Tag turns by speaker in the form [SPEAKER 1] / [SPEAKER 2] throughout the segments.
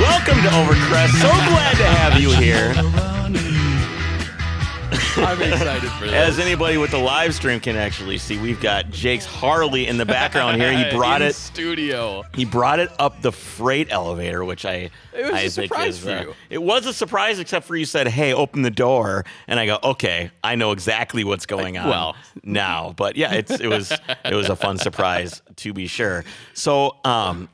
[SPEAKER 1] Welcome to Overcrest. So glad to have you here.
[SPEAKER 2] I'm excited for this.
[SPEAKER 1] As anybody with the live stream can actually see, we've got Jake's Harley in the background here. He brought
[SPEAKER 2] In
[SPEAKER 1] it.
[SPEAKER 2] Studio.
[SPEAKER 1] He brought it up the freight elevator, which I
[SPEAKER 2] It was
[SPEAKER 1] I
[SPEAKER 2] a
[SPEAKER 1] think
[SPEAKER 2] surprise
[SPEAKER 1] is,
[SPEAKER 2] for
[SPEAKER 1] uh,
[SPEAKER 2] you.
[SPEAKER 1] It was a surprise, except for you said, "Hey, open the door," and I go, "Okay, I know exactly what's going on."
[SPEAKER 2] well.
[SPEAKER 1] now, but yeah, it's it was it was a fun surprise to be sure. So, um,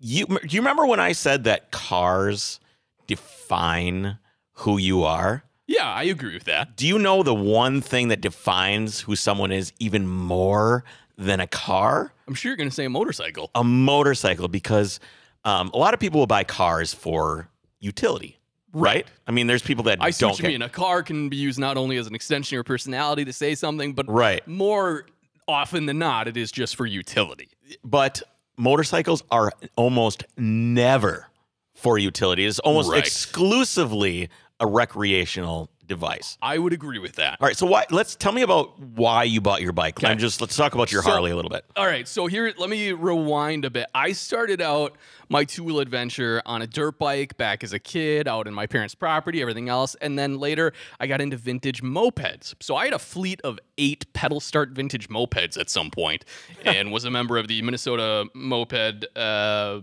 [SPEAKER 1] you do you remember when I said that cars define who you are?
[SPEAKER 2] Yeah, I agree with that.
[SPEAKER 1] Do you know the one thing that defines who someone is even more than a car?
[SPEAKER 2] I'm sure you're going to say a motorcycle.
[SPEAKER 1] a motorcycle because um, a lot of people will buy cars for utility, right? I mean, there's people that
[SPEAKER 2] I see
[SPEAKER 1] don't.
[SPEAKER 2] what you
[SPEAKER 1] care.
[SPEAKER 2] mean. A car can be used not only as an extension of your personality to say something, but
[SPEAKER 1] Right.
[SPEAKER 2] more often than not, it is just for utility.
[SPEAKER 1] But motorcycles are almost never for utility. It's almost
[SPEAKER 2] Right.
[SPEAKER 1] exclusively a recreational device.
[SPEAKER 2] I would agree with that.
[SPEAKER 1] All right, so why? Let's tell me about why you bought your bike. I'm
[SPEAKER 2] Okay.
[SPEAKER 1] just let's talk about your
[SPEAKER 2] So-
[SPEAKER 1] Harley a little bit.
[SPEAKER 2] All right, so here, let me rewind a bit. I started out my two wheel adventure on a dirt bike back as a kid, out in my parents' property, everything else. And then later, I got into vintage mopeds. So I had a fleet of eight pedal start vintage mopeds at some point and was a member of the Minnesota Moped. Uh,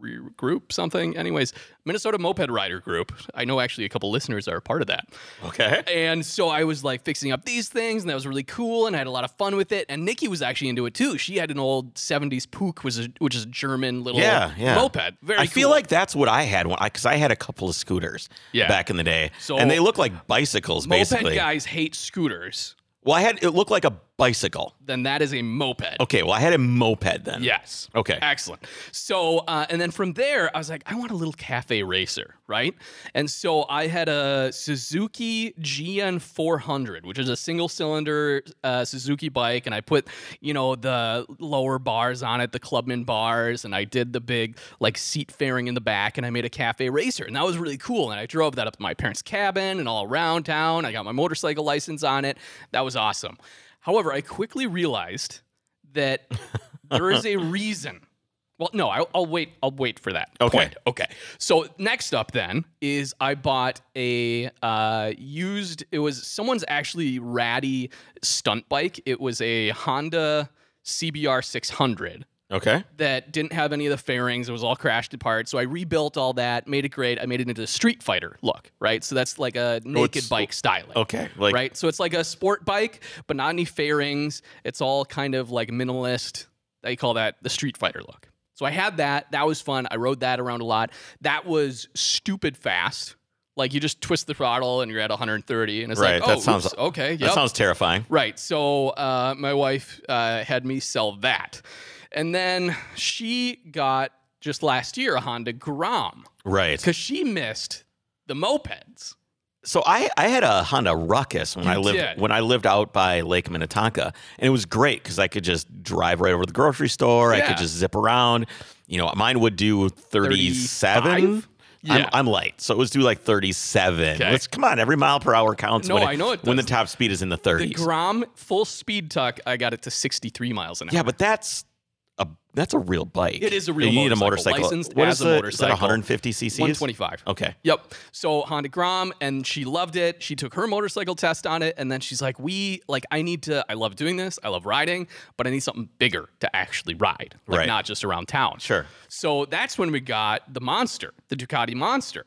[SPEAKER 2] re- group something anyways minnesota moped rider group i know actually a couple listeners are a part of that
[SPEAKER 1] Okay.
[SPEAKER 2] and so I was like fixing up these things, and that was really cool, and I had a lot of fun with it. And Nikki was actually into it too. She had an old '70s Puke, was a, which is a German little
[SPEAKER 1] Yeah, yeah.
[SPEAKER 2] moped. Very.
[SPEAKER 1] I feel
[SPEAKER 2] cool.
[SPEAKER 1] like that's what I had when I because I had a couple of scooters
[SPEAKER 2] Yeah.
[SPEAKER 1] back in the day,
[SPEAKER 2] So-
[SPEAKER 1] and they look like bicycles
[SPEAKER 2] moped
[SPEAKER 1] basically.
[SPEAKER 2] guys hate scooters.
[SPEAKER 1] Well, I had it looked like a bicycle.
[SPEAKER 2] Then that is a moped.
[SPEAKER 1] Okay, well, I had a moped then.
[SPEAKER 2] Yes.
[SPEAKER 1] Okay.
[SPEAKER 2] Excellent. So, uh, and then from there, I was like, I want a little cafe racer, right? And so I had a Suzuki GN400, which is a single cylinder uh, Suzuki bike. And I put, you know, the lower bars on it, the Clubman bars, and I did the big, like, seat fairing in the back, and I made a cafe racer. And that was really cool. And I drove that up to my parents' cabin and all around town. I got my motorcycle license on it. That was awesome. However, I quickly realized that there is a reason. Well, no, I, I'll wait. I'll wait for that.
[SPEAKER 1] Okay.
[SPEAKER 2] Point. Okay. So next up then is I bought a uh, used. It was someone's actually ratty stunt bike. It was a Honda CBR 600
[SPEAKER 1] Okay.
[SPEAKER 2] that didn't have any of the fairings. It was all crashed apart. So I rebuilt all that, made it great. I made it into a Street Fighter look, right? So that's like a naked
[SPEAKER 1] Oh, it's-
[SPEAKER 2] bike styling
[SPEAKER 1] Okay. Like
[SPEAKER 2] right? So it's like a sport bike, but not any fairings. It's all kind of like minimalist. They call that the Street Fighter look. So I had that. That was fun. I rode that around a lot. That was stupid fast. Like you just twist the throttle and you're at 130, and it's
[SPEAKER 1] Right,
[SPEAKER 2] like,
[SPEAKER 1] that
[SPEAKER 2] oh,
[SPEAKER 1] sounds-
[SPEAKER 2] oops, okay,
[SPEAKER 1] that
[SPEAKER 2] yep.
[SPEAKER 1] sounds terrifying.
[SPEAKER 2] Right. So uh, my wife uh, had me sell that. And then she got just last year a Honda Grom
[SPEAKER 1] Right.
[SPEAKER 2] because she missed the mopeds.
[SPEAKER 1] So I, I had a Honda Ruckus when I lived
[SPEAKER 2] did.
[SPEAKER 1] when I lived out by Lake Minnetonka, and it was great because I could just drive right over to the grocery store. I
[SPEAKER 2] Yeah.
[SPEAKER 1] could just zip around. You know, mine would do thirty-seven.
[SPEAKER 2] 35?
[SPEAKER 1] I'm,
[SPEAKER 2] Yeah.
[SPEAKER 1] I'm light, so it was do like thirty-seven.
[SPEAKER 2] Okay.
[SPEAKER 1] Let's come on, every mile per hour counts.
[SPEAKER 2] No,
[SPEAKER 1] when
[SPEAKER 2] I know it
[SPEAKER 1] when the
[SPEAKER 2] does.
[SPEAKER 1] top speed is in the
[SPEAKER 2] The
[SPEAKER 1] thirties.
[SPEAKER 2] Grom full speed tuck, I got it to 63 miles an hour.
[SPEAKER 1] yeah, but that's a that's a real bike.
[SPEAKER 2] It is a real
[SPEAKER 1] You need
[SPEAKER 2] motorcycle,
[SPEAKER 1] a motorcycle.
[SPEAKER 2] licensed
[SPEAKER 1] What
[SPEAKER 2] as
[SPEAKER 1] is
[SPEAKER 2] a
[SPEAKER 1] the- Is that
[SPEAKER 2] motorcycle.
[SPEAKER 1] 150 cc's?
[SPEAKER 2] 125.
[SPEAKER 1] Okay.
[SPEAKER 2] Yep. So Honda Grom, and she loved it. She took her motorcycle test on it, and then she's like, "We like, I need to. I love doing this. I love riding, but I need something bigger to actually ride, like
[SPEAKER 1] Right.
[SPEAKER 2] not just around town."
[SPEAKER 1] Sure.
[SPEAKER 2] So that's when we got the Monster, the Ducati Monster,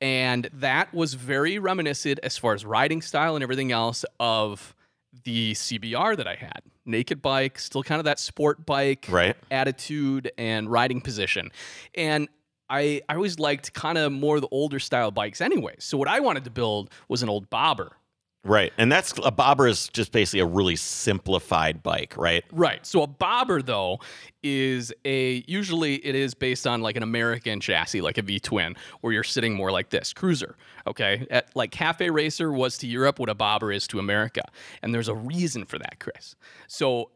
[SPEAKER 2] and that was very reminiscent as far as riding style and everything else of the CBR that I had. Naked bike, still kind of that sport bike
[SPEAKER 1] Right.
[SPEAKER 2] attitude and riding position. And I, I always liked kind of more the older style bikes anyway. So what I wanted to build was an old bobber.
[SPEAKER 1] Right. And that's a bobber is just basically a really simplified bike, right?
[SPEAKER 2] Right. So a bobber though is a usually it is based on like an American chassis like a V twin where you're sitting more like this cruiser, okay? At, like cafe racer was to Europe what a bobber is to America. And there's a reason for that, Chris. So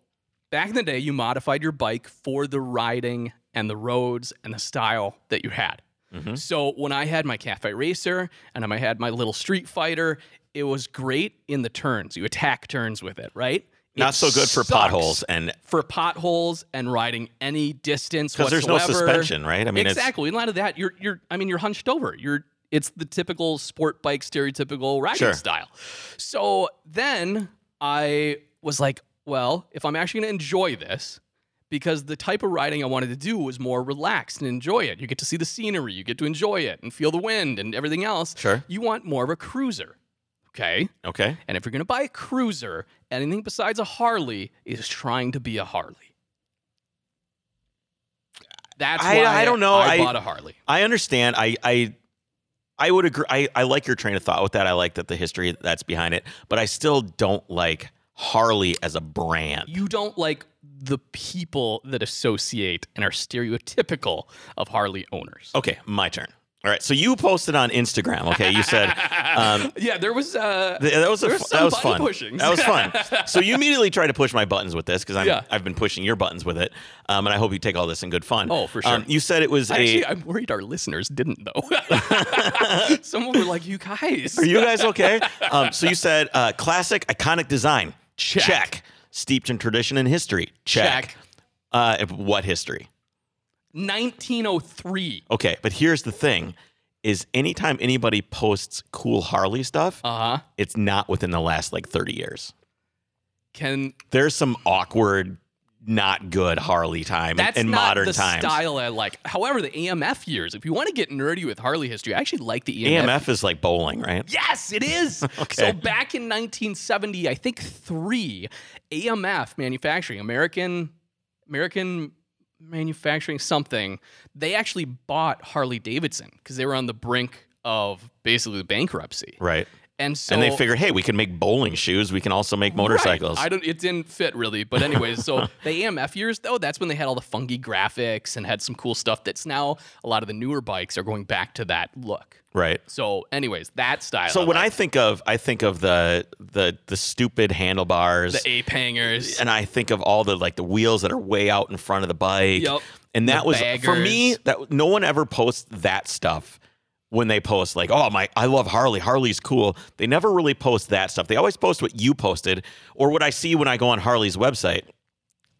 [SPEAKER 2] back in the day you modified your bike for the riding and the roads and the style that you had.
[SPEAKER 1] Mm-hmm.
[SPEAKER 2] So when I had my Cafe Racer and I had my little Street Fighter, it was great in the turns. You attack turns with it, right?
[SPEAKER 1] Not so good for
[SPEAKER 2] sucks
[SPEAKER 1] potholes and
[SPEAKER 2] for potholes and riding any distance
[SPEAKER 1] because there's no
[SPEAKER 2] whatsoever.
[SPEAKER 1] suspension, right? I mean,
[SPEAKER 2] exactly. In light of that, you're you're I mean you're hunched over. You're it's the typical sport bike stereotypical riding
[SPEAKER 1] Sure.
[SPEAKER 2] style. So then I was like, well, if I'm actually going to enjoy this, because the type of riding I wanted to do was more relaxed and enjoy it. You get to see the scenery, you get to enjoy it and feel the wind and everything else.
[SPEAKER 1] Sure.
[SPEAKER 2] You want more of a cruiser. Okay.
[SPEAKER 1] it's okay.
[SPEAKER 2] And if you're going to buy a cruiser, anything besides a Harley is trying to be a Harley. That's
[SPEAKER 1] I-
[SPEAKER 2] why
[SPEAKER 1] I don't know.
[SPEAKER 2] I,
[SPEAKER 1] I-
[SPEAKER 2] bought a Harley.
[SPEAKER 1] I understand. I I I would agree. I, I like your train of thought with that. I like that the history that's behind it, but I still don't like Harley as a brand.
[SPEAKER 2] You don't like the people that associate and are stereotypical of Harley owners.
[SPEAKER 1] Okay, my turn. All right. So you posted on Instagram. Okay, you said um,
[SPEAKER 2] yeah, there was. Uh,
[SPEAKER 1] th- that was a
[SPEAKER 2] There's
[SPEAKER 1] fu-
[SPEAKER 2] some
[SPEAKER 1] that was
[SPEAKER 2] button
[SPEAKER 1] fun.
[SPEAKER 2] pushings.
[SPEAKER 1] That was fun. So you immediately tried to push my buttons with this because I'm
[SPEAKER 2] Yeah.
[SPEAKER 1] I've been pushing your buttons with it, um, and I hope you take all this in good fun.
[SPEAKER 2] Oh, for sure.
[SPEAKER 1] Um, you said it was a.
[SPEAKER 2] actually, I'm worried our listeners didn't though. Some of them were like, "You guys,
[SPEAKER 1] Are you guys okay? Um, so you said uh, classic, iconic design.
[SPEAKER 2] Check.
[SPEAKER 1] Steeped in tradition and history. Check.
[SPEAKER 2] Check.
[SPEAKER 1] Uh, if- what history?
[SPEAKER 2] 1903."
[SPEAKER 1] Okay, but here's the thing: is anytime anybody posts cool Harley stuff,
[SPEAKER 2] Uh huh.
[SPEAKER 1] it's not within the last like 30 years.
[SPEAKER 2] Can
[SPEAKER 1] There's some awkward, not good Harley time
[SPEAKER 2] That's
[SPEAKER 1] in
[SPEAKER 2] not
[SPEAKER 1] modern
[SPEAKER 2] the
[SPEAKER 1] times.
[SPEAKER 2] style I like. However, the AMF years, if you want to get nerdy with Harley history, I actually like the AMF.
[SPEAKER 1] AMF E is like bowling, right?
[SPEAKER 2] Yes, it is. So back in 1970, I think three, AMF Manufacturing, American, American Manufacturing something, they actually bought Harley Davidson because they were on the brink of basically bankruptcy,
[SPEAKER 1] Right.
[SPEAKER 2] and so
[SPEAKER 1] and they figured, hey, we can make bowling shoes. We can also make motorcycles.
[SPEAKER 2] Oh. Right. I don't. It didn't fit really. But anyways, so the AMF years though, that's when they had all the funky graphics and had some cool stuff. That's now a lot of the newer bikes are going back to that look.
[SPEAKER 1] right.
[SPEAKER 2] So, anyways, that style.
[SPEAKER 1] So when
[SPEAKER 2] like
[SPEAKER 1] I think of I think of the the the stupid handlebars
[SPEAKER 2] the ape hangers,
[SPEAKER 1] and I think of all the like the wheels that are way out in front of the bike.
[SPEAKER 2] Yup.
[SPEAKER 1] And that
[SPEAKER 2] The
[SPEAKER 1] was for me
[SPEAKER 2] baggers.
[SPEAKER 1] that no one ever posts that stuff when they post like, "Oh, my I love Harley. Harley's cool." They never really post that stuff. They always post what you posted or what I see when I go on Harley's website.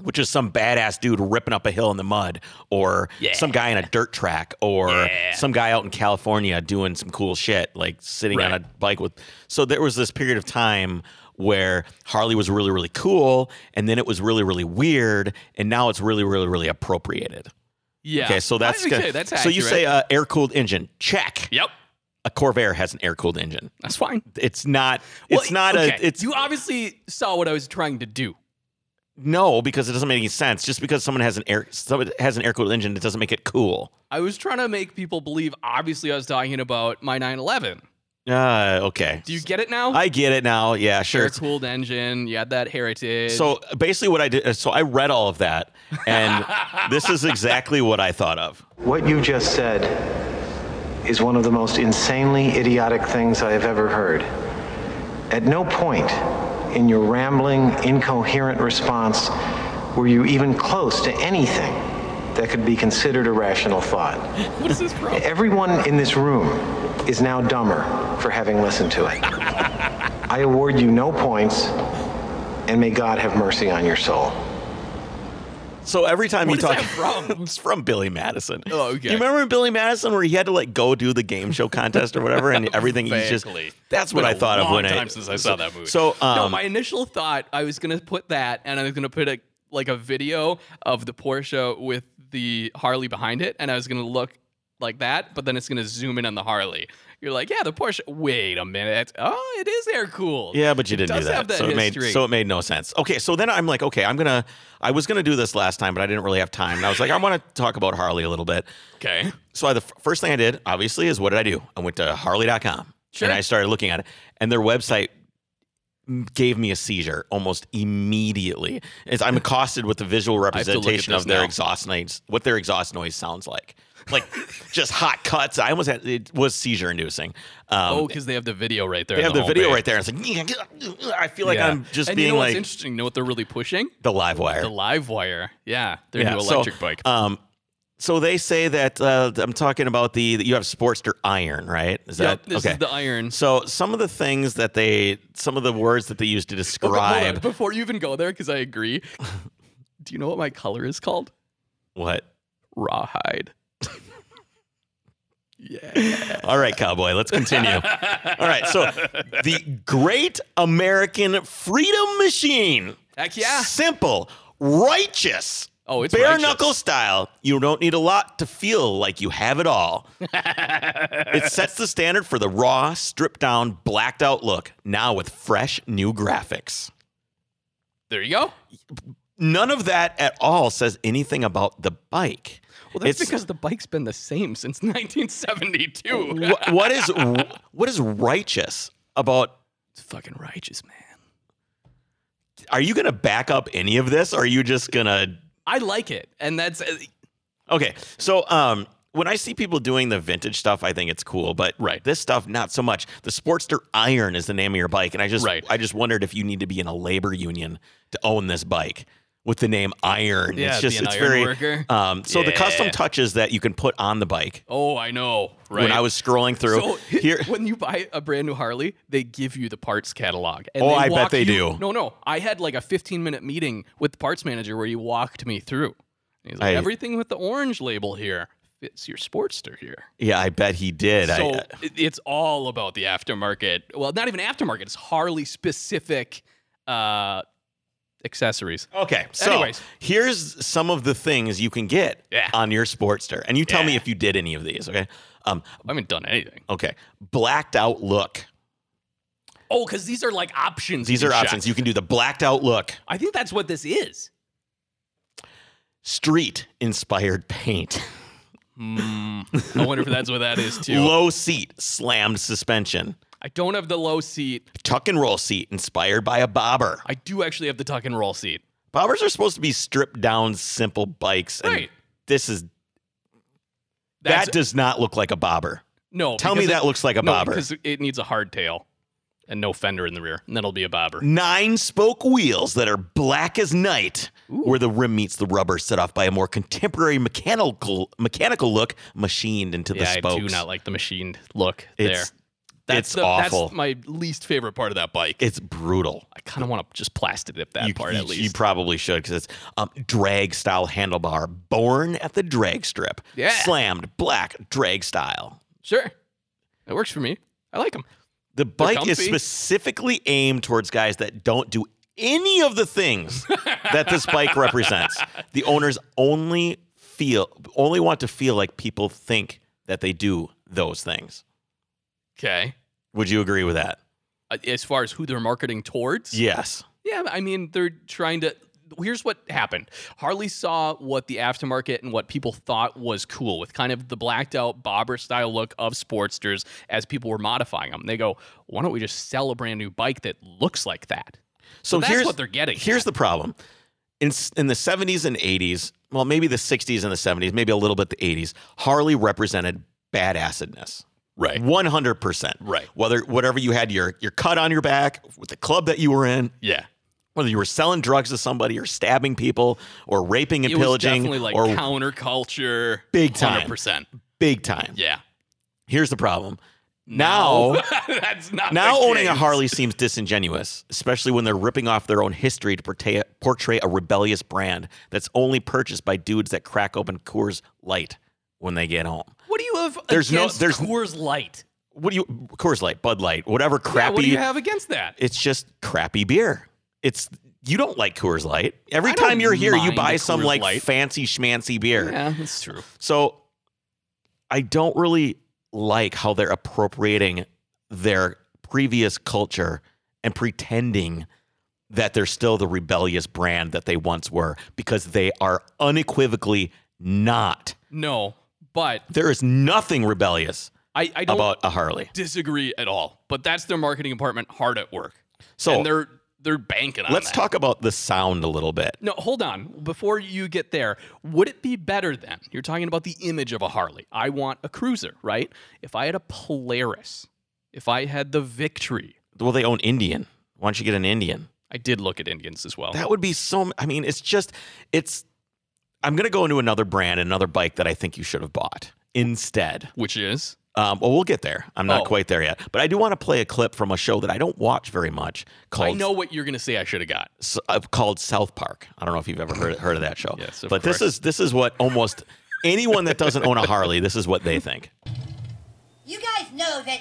[SPEAKER 1] Which is some badass dude ripping up a hill in the mud, or
[SPEAKER 2] Yeah.
[SPEAKER 1] some guy in a dirt track, or
[SPEAKER 2] Yeah.
[SPEAKER 1] some guy out in California doing some cool shit, like sitting on
[SPEAKER 2] Right.
[SPEAKER 1] a bike with. So there was this period of time where Harley was really, really cool, and then it was really, really weird, and now it's really, really, really appropriated.
[SPEAKER 2] yeah.
[SPEAKER 1] Okay, so that's
[SPEAKER 2] I would
[SPEAKER 1] good.
[SPEAKER 2] say that's
[SPEAKER 1] so you
[SPEAKER 2] accurate.
[SPEAKER 1] say uh, air cooled engine, check.
[SPEAKER 2] yep,
[SPEAKER 1] A Corvair has an air cooled engine.
[SPEAKER 2] that's fine.
[SPEAKER 1] It's not. it's
[SPEAKER 2] Well,
[SPEAKER 1] not
[SPEAKER 2] okay,
[SPEAKER 1] a. It's
[SPEAKER 2] you obviously saw what I was trying to do.
[SPEAKER 1] no, because it doesn't make any sense. Just because someone has an air, someone has an air cooled engine, it doesn't make it cool.
[SPEAKER 2] I was trying to make people believe. Obviously, I was talking about my 911.
[SPEAKER 1] Uh, okay.
[SPEAKER 2] Do you get it now?
[SPEAKER 1] I get it now. Yeah, sure.
[SPEAKER 2] Air cooled engine. You had that heritage.
[SPEAKER 1] So basically, what I did, so I read all of that, and this is exactly what I thought of.
[SPEAKER 3] What you just said is one of the most insanely idiotic things I have ever heard. At no point in your rambling, incoherent response were you even close to anything that could be considered a rational thought.
[SPEAKER 2] what is this from?
[SPEAKER 3] Everyone in this room is now dumber for having listened to it. I award you no points, and may God have mercy on your soul.
[SPEAKER 1] So every time
[SPEAKER 2] What
[SPEAKER 1] you
[SPEAKER 2] is
[SPEAKER 1] talk,
[SPEAKER 2] that from?
[SPEAKER 1] it's from Billy Madison.
[SPEAKER 2] Oh, okay.
[SPEAKER 1] You remember Billy Madison where he had to like go do the game show contest or whatever, and everything he's just.
[SPEAKER 2] Vaguely.
[SPEAKER 1] That's what
[SPEAKER 2] Been
[SPEAKER 1] I
[SPEAKER 2] a
[SPEAKER 1] thought of
[SPEAKER 2] long
[SPEAKER 1] when I
[SPEAKER 2] time since I saw that movie.
[SPEAKER 1] So um,
[SPEAKER 2] no, my initial thought I was gonna put that, and I was gonna put a like a video of the Porsche with the Harley behind it, and I was gonna look like that, but then it's gonna zoom in on the Harley. You're like, yeah, the Porsche. Wait a minute. Oh, it is air cooled.
[SPEAKER 1] Yeah, but you
[SPEAKER 2] It
[SPEAKER 1] didn't
[SPEAKER 2] does
[SPEAKER 1] do that.
[SPEAKER 2] have that
[SPEAKER 1] so it
[SPEAKER 2] history.
[SPEAKER 1] made so it made no sense. Okay, so then I'm like, okay, I'm gonna. I was gonna do this last time, but I didn't really have time. And I was like, I want to talk about Harley a little bit.
[SPEAKER 2] Okay.
[SPEAKER 1] so I, the f- first thing I did, obviously, is what did I do? I went to harley.com
[SPEAKER 2] Sure.
[SPEAKER 1] and I started looking at it, and their website m- gave me a seizure almost immediately. It's- I'm accosted with the visual
[SPEAKER 2] have to look at
[SPEAKER 1] representation of
[SPEAKER 2] this
[SPEAKER 1] their
[SPEAKER 2] now.
[SPEAKER 1] exhaust noise, what their exhaust noise sounds like. Like just hot cuts. I almost had it was seizure inducing. Um,
[SPEAKER 2] Oh, because they have the video right there.
[SPEAKER 1] they
[SPEAKER 2] on
[SPEAKER 1] have the video
[SPEAKER 2] homepage.
[SPEAKER 1] right there. And it's like I feel like
[SPEAKER 2] Yeah.
[SPEAKER 1] I'm just
[SPEAKER 2] and
[SPEAKER 1] being
[SPEAKER 2] you know what's
[SPEAKER 1] like
[SPEAKER 2] interesting. You know what they're really pushing?
[SPEAKER 1] the live wire.
[SPEAKER 2] The live wire. Yeah, their
[SPEAKER 1] Yeah,
[SPEAKER 2] new
[SPEAKER 1] so,
[SPEAKER 2] electric bike.
[SPEAKER 1] Um, So they say that uh, I'm talking about the that you have Sportster Iron, right? Is that
[SPEAKER 2] Yep, this
[SPEAKER 1] okay?
[SPEAKER 2] is the iron.
[SPEAKER 1] so some of the things that they, some of the words that they use to
[SPEAKER 2] Hold on, hold on,
[SPEAKER 1] describe
[SPEAKER 2] Before you even go there, because I agree. Do you know what my color is called?
[SPEAKER 1] what?
[SPEAKER 2] Rawhide. yeah.
[SPEAKER 1] All right, cowboy, let's continue. All right, so the Great American Freedom Machine.
[SPEAKER 2] Heck yeah.
[SPEAKER 1] Simple, righteous.
[SPEAKER 2] Oh, it's
[SPEAKER 1] bare
[SPEAKER 2] righteous.
[SPEAKER 1] knuckle style. You don't need a lot to feel like you have it all. it sets the standard for the raw, stripped down, blacked out look, now with fresh new graphics.
[SPEAKER 2] There you go.
[SPEAKER 1] None of that at all says anything about the bike.
[SPEAKER 2] Well, that's
[SPEAKER 1] It's-
[SPEAKER 2] because the bike's been the same since 1972.
[SPEAKER 1] Wh- what is what is righteous about
[SPEAKER 2] It's fucking righteous, man.
[SPEAKER 1] are you going to back up any of this? Or are you just going to?
[SPEAKER 2] I like it, and that's uh,
[SPEAKER 1] Okay, so um, when I see people doing the vintage stuff, I think it's cool, but
[SPEAKER 2] Right.
[SPEAKER 1] this stuff not so much. The Sportster Iron is the name of your bike, and I just
[SPEAKER 2] Right.
[SPEAKER 1] I just wondered if you need to be in a labor union to own this bike with the name Iron.
[SPEAKER 2] Yeah,
[SPEAKER 1] it's just
[SPEAKER 2] be an
[SPEAKER 1] it's
[SPEAKER 2] iron
[SPEAKER 1] very
[SPEAKER 2] worker.
[SPEAKER 1] um. So the custom
[SPEAKER 2] Yeah.
[SPEAKER 1] touches that you can put on the bike.
[SPEAKER 2] oh, I know, right?
[SPEAKER 1] When I was scrolling through
[SPEAKER 2] so
[SPEAKER 1] here,
[SPEAKER 2] when you buy a brand new Harley, they give you the parts catalog. And
[SPEAKER 1] Oh, I bet
[SPEAKER 2] walk
[SPEAKER 1] they
[SPEAKER 2] you-
[SPEAKER 1] do.
[SPEAKER 2] No, no, I had like a 15 minute meeting with the parts manager where he walked me through. He's
[SPEAKER 1] I-
[SPEAKER 2] like, everything with the orange label here fits your Sportster here.
[SPEAKER 1] yeah, I bet he did. I- uh,
[SPEAKER 2] So it- it's all about the aftermarket. Well, not even aftermarket. It's Harley specific uh, accessories.
[SPEAKER 1] Okay, so
[SPEAKER 2] Anyways.
[SPEAKER 1] here's some of the things you can get
[SPEAKER 2] Yeah.
[SPEAKER 1] on your Sportster, and you tell me
[SPEAKER 2] Yeah.
[SPEAKER 1] if you did any of these. Okay, um,
[SPEAKER 2] I haven't done anything.
[SPEAKER 1] okay, blacked out look.
[SPEAKER 2] Oh, because these are like options. you
[SPEAKER 1] These are
[SPEAKER 2] can check.
[SPEAKER 1] options. You can do the blacked out look,
[SPEAKER 2] I think that's what this is.
[SPEAKER 1] street inspired paint,
[SPEAKER 2] Mm, I wonder if that's what that is too.
[SPEAKER 1] low seat, slammed suspension,
[SPEAKER 2] I don't have the low seat.
[SPEAKER 1] tuck and roll seat inspired by a bobber.
[SPEAKER 2] I do actually have the tuck and roll seat.
[SPEAKER 1] Bobbers are supposed to be stripped down, simple bikes, and
[SPEAKER 2] Right.
[SPEAKER 1] this is
[SPEAKER 2] That's,
[SPEAKER 1] that does not look like a bobber.
[SPEAKER 2] no.
[SPEAKER 1] Tell me
[SPEAKER 2] because
[SPEAKER 1] that
[SPEAKER 2] it,
[SPEAKER 1] looks like a
[SPEAKER 2] no,
[SPEAKER 1] bobber.
[SPEAKER 2] because it needs a hardtail and no fender in the rear, and that'll be a bobber.
[SPEAKER 1] Nine spoke wheels that are black as night, where the rim meets the rubber, set off by a more contemporary mechanical mechanical look, machined into the
[SPEAKER 2] yeah,
[SPEAKER 1] spokes.
[SPEAKER 2] I do not like the machined look
[SPEAKER 1] It's-
[SPEAKER 2] there. That's
[SPEAKER 1] it's
[SPEAKER 2] the,
[SPEAKER 1] awful.
[SPEAKER 2] That's my least favorite part of that bike.
[SPEAKER 1] It's brutal.
[SPEAKER 2] I kind of want to just plastic dip that
[SPEAKER 1] you,
[SPEAKER 2] part
[SPEAKER 1] you-
[SPEAKER 2] at
[SPEAKER 1] You
[SPEAKER 2] least.
[SPEAKER 1] probably should because it's um, drag style handlebar, born at the drag strip.
[SPEAKER 2] Yeah.
[SPEAKER 1] Slammed black drag style.
[SPEAKER 2] sure, it works for me. I like them.
[SPEAKER 1] The bike is
[SPEAKER 2] comfy.
[SPEAKER 1] specifically aimed towards guys that don't do any of the things that this bike represents. The owners only feel only want to feel like people think that they do those things.
[SPEAKER 2] Okay. Uh,
[SPEAKER 1] Would you agree with that?
[SPEAKER 2] As far as who they're marketing towards,
[SPEAKER 1] Yes.
[SPEAKER 2] Yeah, I mean, they're trying to. Here's what happened Harley saw what the aftermarket and what people thought was cool with kind of the blacked out bobber style look of Sportsters as people were modifying them. They go, why don't we just sell a brand new bike that looks like that?
[SPEAKER 1] So
[SPEAKER 2] that's
[SPEAKER 1] here's
[SPEAKER 2] what they're getting
[SPEAKER 1] Here's
[SPEAKER 2] at.
[SPEAKER 1] the problem. In s- in the 70s and 80s, well, maybe the 60s and the 70s, maybe a little bit the 80s, Harley represented badassedness.
[SPEAKER 2] Right.
[SPEAKER 1] 100%.
[SPEAKER 2] Right.
[SPEAKER 1] Whether whatever you had your your cut on your back with the club that you were in,
[SPEAKER 2] Yeah.
[SPEAKER 1] whether you were selling drugs to somebody or stabbing people or raping and
[SPEAKER 2] It was
[SPEAKER 1] pillaging
[SPEAKER 2] definitely like
[SPEAKER 1] or
[SPEAKER 2] counterculture.
[SPEAKER 1] Big time.
[SPEAKER 2] 100%.
[SPEAKER 1] big time.
[SPEAKER 2] Yeah.
[SPEAKER 1] Here's the problem. Now,
[SPEAKER 2] that's not
[SPEAKER 1] now
[SPEAKER 2] the
[SPEAKER 1] owning a
[SPEAKER 2] case.
[SPEAKER 1] Harley seems disingenuous, especially when they're ripping off their own history to portray, portray a rebellious brand that's only purchased by dudes that crack open Coors Light when they get home.
[SPEAKER 2] What do you have
[SPEAKER 1] There's no-
[SPEAKER 2] against
[SPEAKER 1] there's-
[SPEAKER 2] Coors Light?
[SPEAKER 1] What do you Coors Light, Bud Light, whatever
[SPEAKER 2] Yeah,
[SPEAKER 1] crappy
[SPEAKER 2] what do you have against that?
[SPEAKER 1] it's just crappy beer. It's you don't like Coors Light. Every
[SPEAKER 2] I don't
[SPEAKER 1] time you're here, you
[SPEAKER 2] mind
[SPEAKER 1] buy
[SPEAKER 2] a
[SPEAKER 1] some
[SPEAKER 2] Coors
[SPEAKER 1] like
[SPEAKER 2] Light.
[SPEAKER 1] fancy schmancy beer.
[SPEAKER 2] yeah, that's true.
[SPEAKER 1] So I don't really like how they're appropriating their previous culture and pretending that they're still the rebellious brand that they once were because they are unequivocally not.
[SPEAKER 2] No, but
[SPEAKER 1] There is nothing rebellious
[SPEAKER 2] I, I don't
[SPEAKER 1] about a Harley.
[SPEAKER 2] disagree at all. But that's their marketing department hard at work.
[SPEAKER 1] So-
[SPEAKER 2] and they're they're banking on
[SPEAKER 1] Let's
[SPEAKER 2] that.
[SPEAKER 1] talk about the sound a little bit.
[SPEAKER 2] No, hold on. Before you get there, would it be better then? You're talking about the image of a Harley. I want a cruiser, right? If I had a Polaris, if I had the Victory,
[SPEAKER 1] Well, they own Indian. Why don't you get an Indian?
[SPEAKER 2] I did look at Indians as well.
[SPEAKER 1] That would be so. I mean, it's just, it's I'm going to go into another brand, another bike that I think you should have bought instead.
[SPEAKER 2] which is
[SPEAKER 1] Um, well, we'll get there. I'm not
[SPEAKER 2] Oh.
[SPEAKER 1] quite there yet, but I do want to play a clip from a show that I don't watch very much called
[SPEAKER 2] I know what you're gonna say. I should have got.
[SPEAKER 1] s- uh, called South Park. I don't know if you've ever heard heard of that show.
[SPEAKER 2] Yes, of
[SPEAKER 1] but this
[SPEAKER 2] course.
[SPEAKER 1] is this is what almost anyone that doesn't own a Harley, this is what they think.
[SPEAKER 4] You guys know that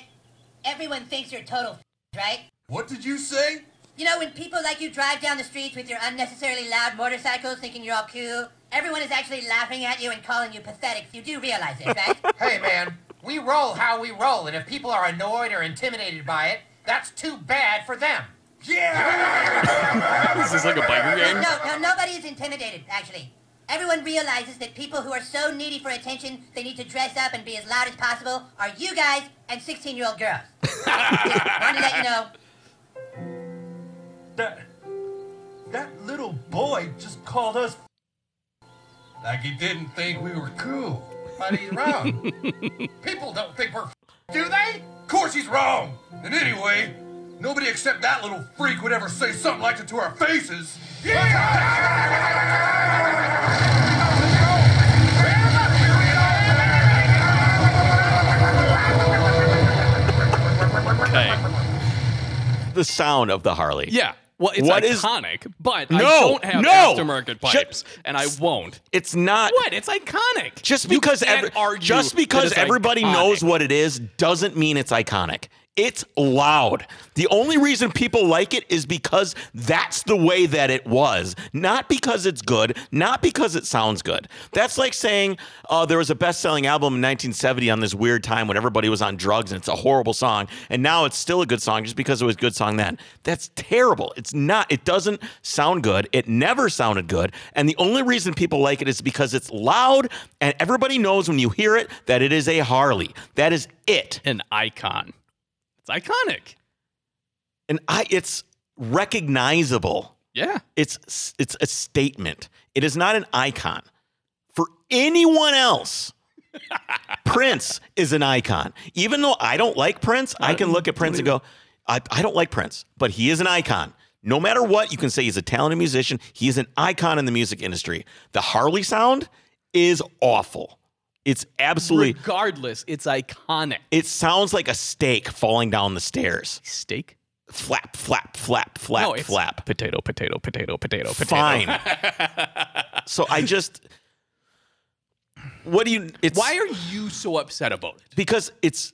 [SPEAKER 4] everyone thinks you're total, right?
[SPEAKER 5] What did you say?
[SPEAKER 4] You know, when people like you drive down the streets with your unnecessarily loud motorcycles thinking you're all cool, everyone is actually laughing at you and calling you pathetic. You do realize it, right?
[SPEAKER 5] Hey, man, we roll how we roll, and if people are annoyed or intimidated by it, that's too bad for them.
[SPEAKER 2] This is like a biker gang.
[SPEAKER 4] no, no, nobody is intimidated, actually. Everyone realizes that people who are so needy for attention they need to dress up and be as loud as possible are you guys and 16 year old girls. Just wanted to let you know.
[SPEAKER 6] That that little boy just called us.
[SPEAKER 5] Like you didn't think we were cool. But he's wrong. people don't think we're f- do they? Of course he's wrong. And anyway, nobody except that little freak would ever say something like that to our faces.
[SPEAKER 2] Okay.
[SPEAKER 1] The sound of the Harley.
[SPEAKER 2] Yeah. Well, it's
[SPEAKER 1] What is-
[SPEAKER 2] iconic, but I
[SPEAKER 1] No,
[SPEAKER 2] don't have
[SPEAKER 1] no!
[SPEAKER 2] aftermarket
[SPEAKER 1] Ju-
[SPEAKER 2] pipes, and I won't.
[SPEAKER 1] It's not
[SPEAKER 2] What? It's iconic.
[SPEAKER 1] just
[SPEAKER 2] You
[SPEAKER 1] because
[SPEAKER 2] can't
[SPEAKER 1] every-
[SPEAKER 2] argue
[SPEAKER 1] just
[SPEAKER 2] that
[SPEAKER 1] because
[SPEAKER 2] it's
[SPEAKER 1] everybody
[SPEAKER 2] iconic.
[SPEAKER 1] knows what it is doesn't mean it's iconic. It's loud. The only reason people like it is because that's the way that it was, not because it's good, not because it sounds good. That's like saying uh, there was a best-selling album in 1970 on this weird time when everybody was on drugs and it's a horrible song, and now it's still a good song just because it was a good song then. That's terrible. It's not. It doesn't sound good. It never sounded good, and the only reason people like it is because it's loud and everybody knows when you hear it that it is a Harley. That is it.
[SPEAKER 2] an icon. It's iconic.
[SPEAKER 1] and I it's recognizable.
[SPEAKER 2] Yeah.
[SPEAKER 1] It's it's a statement. It is not an icon for anyone else. Prince is an icon. Even though I don't like Prince, I can look at Prince and go, I, I don't like Prince, but he is an icon. No matter what, you can say he's a talented musician. He is an icon in the music industry. The Harley sound is awful. It's absolutely,
[SPEAKER 2] Regardless, it's iconic.
[SPEAKER 1] it sounds like a steak falling down the stairs.
[SPEAKER 2] Steak?
[SPEAKER 1] Flap, flap, flap, flap,
[SPEAKER 2] No, it's
[SPEAKER 1] flap.
[SPEAKER 2] Potato, potato, potato, potato, potato.
[SPEAKER 1] fine. so I just what do you it's
[SPEAKER 2] Why are you so upset about it?
[SPEAKER 1] because it's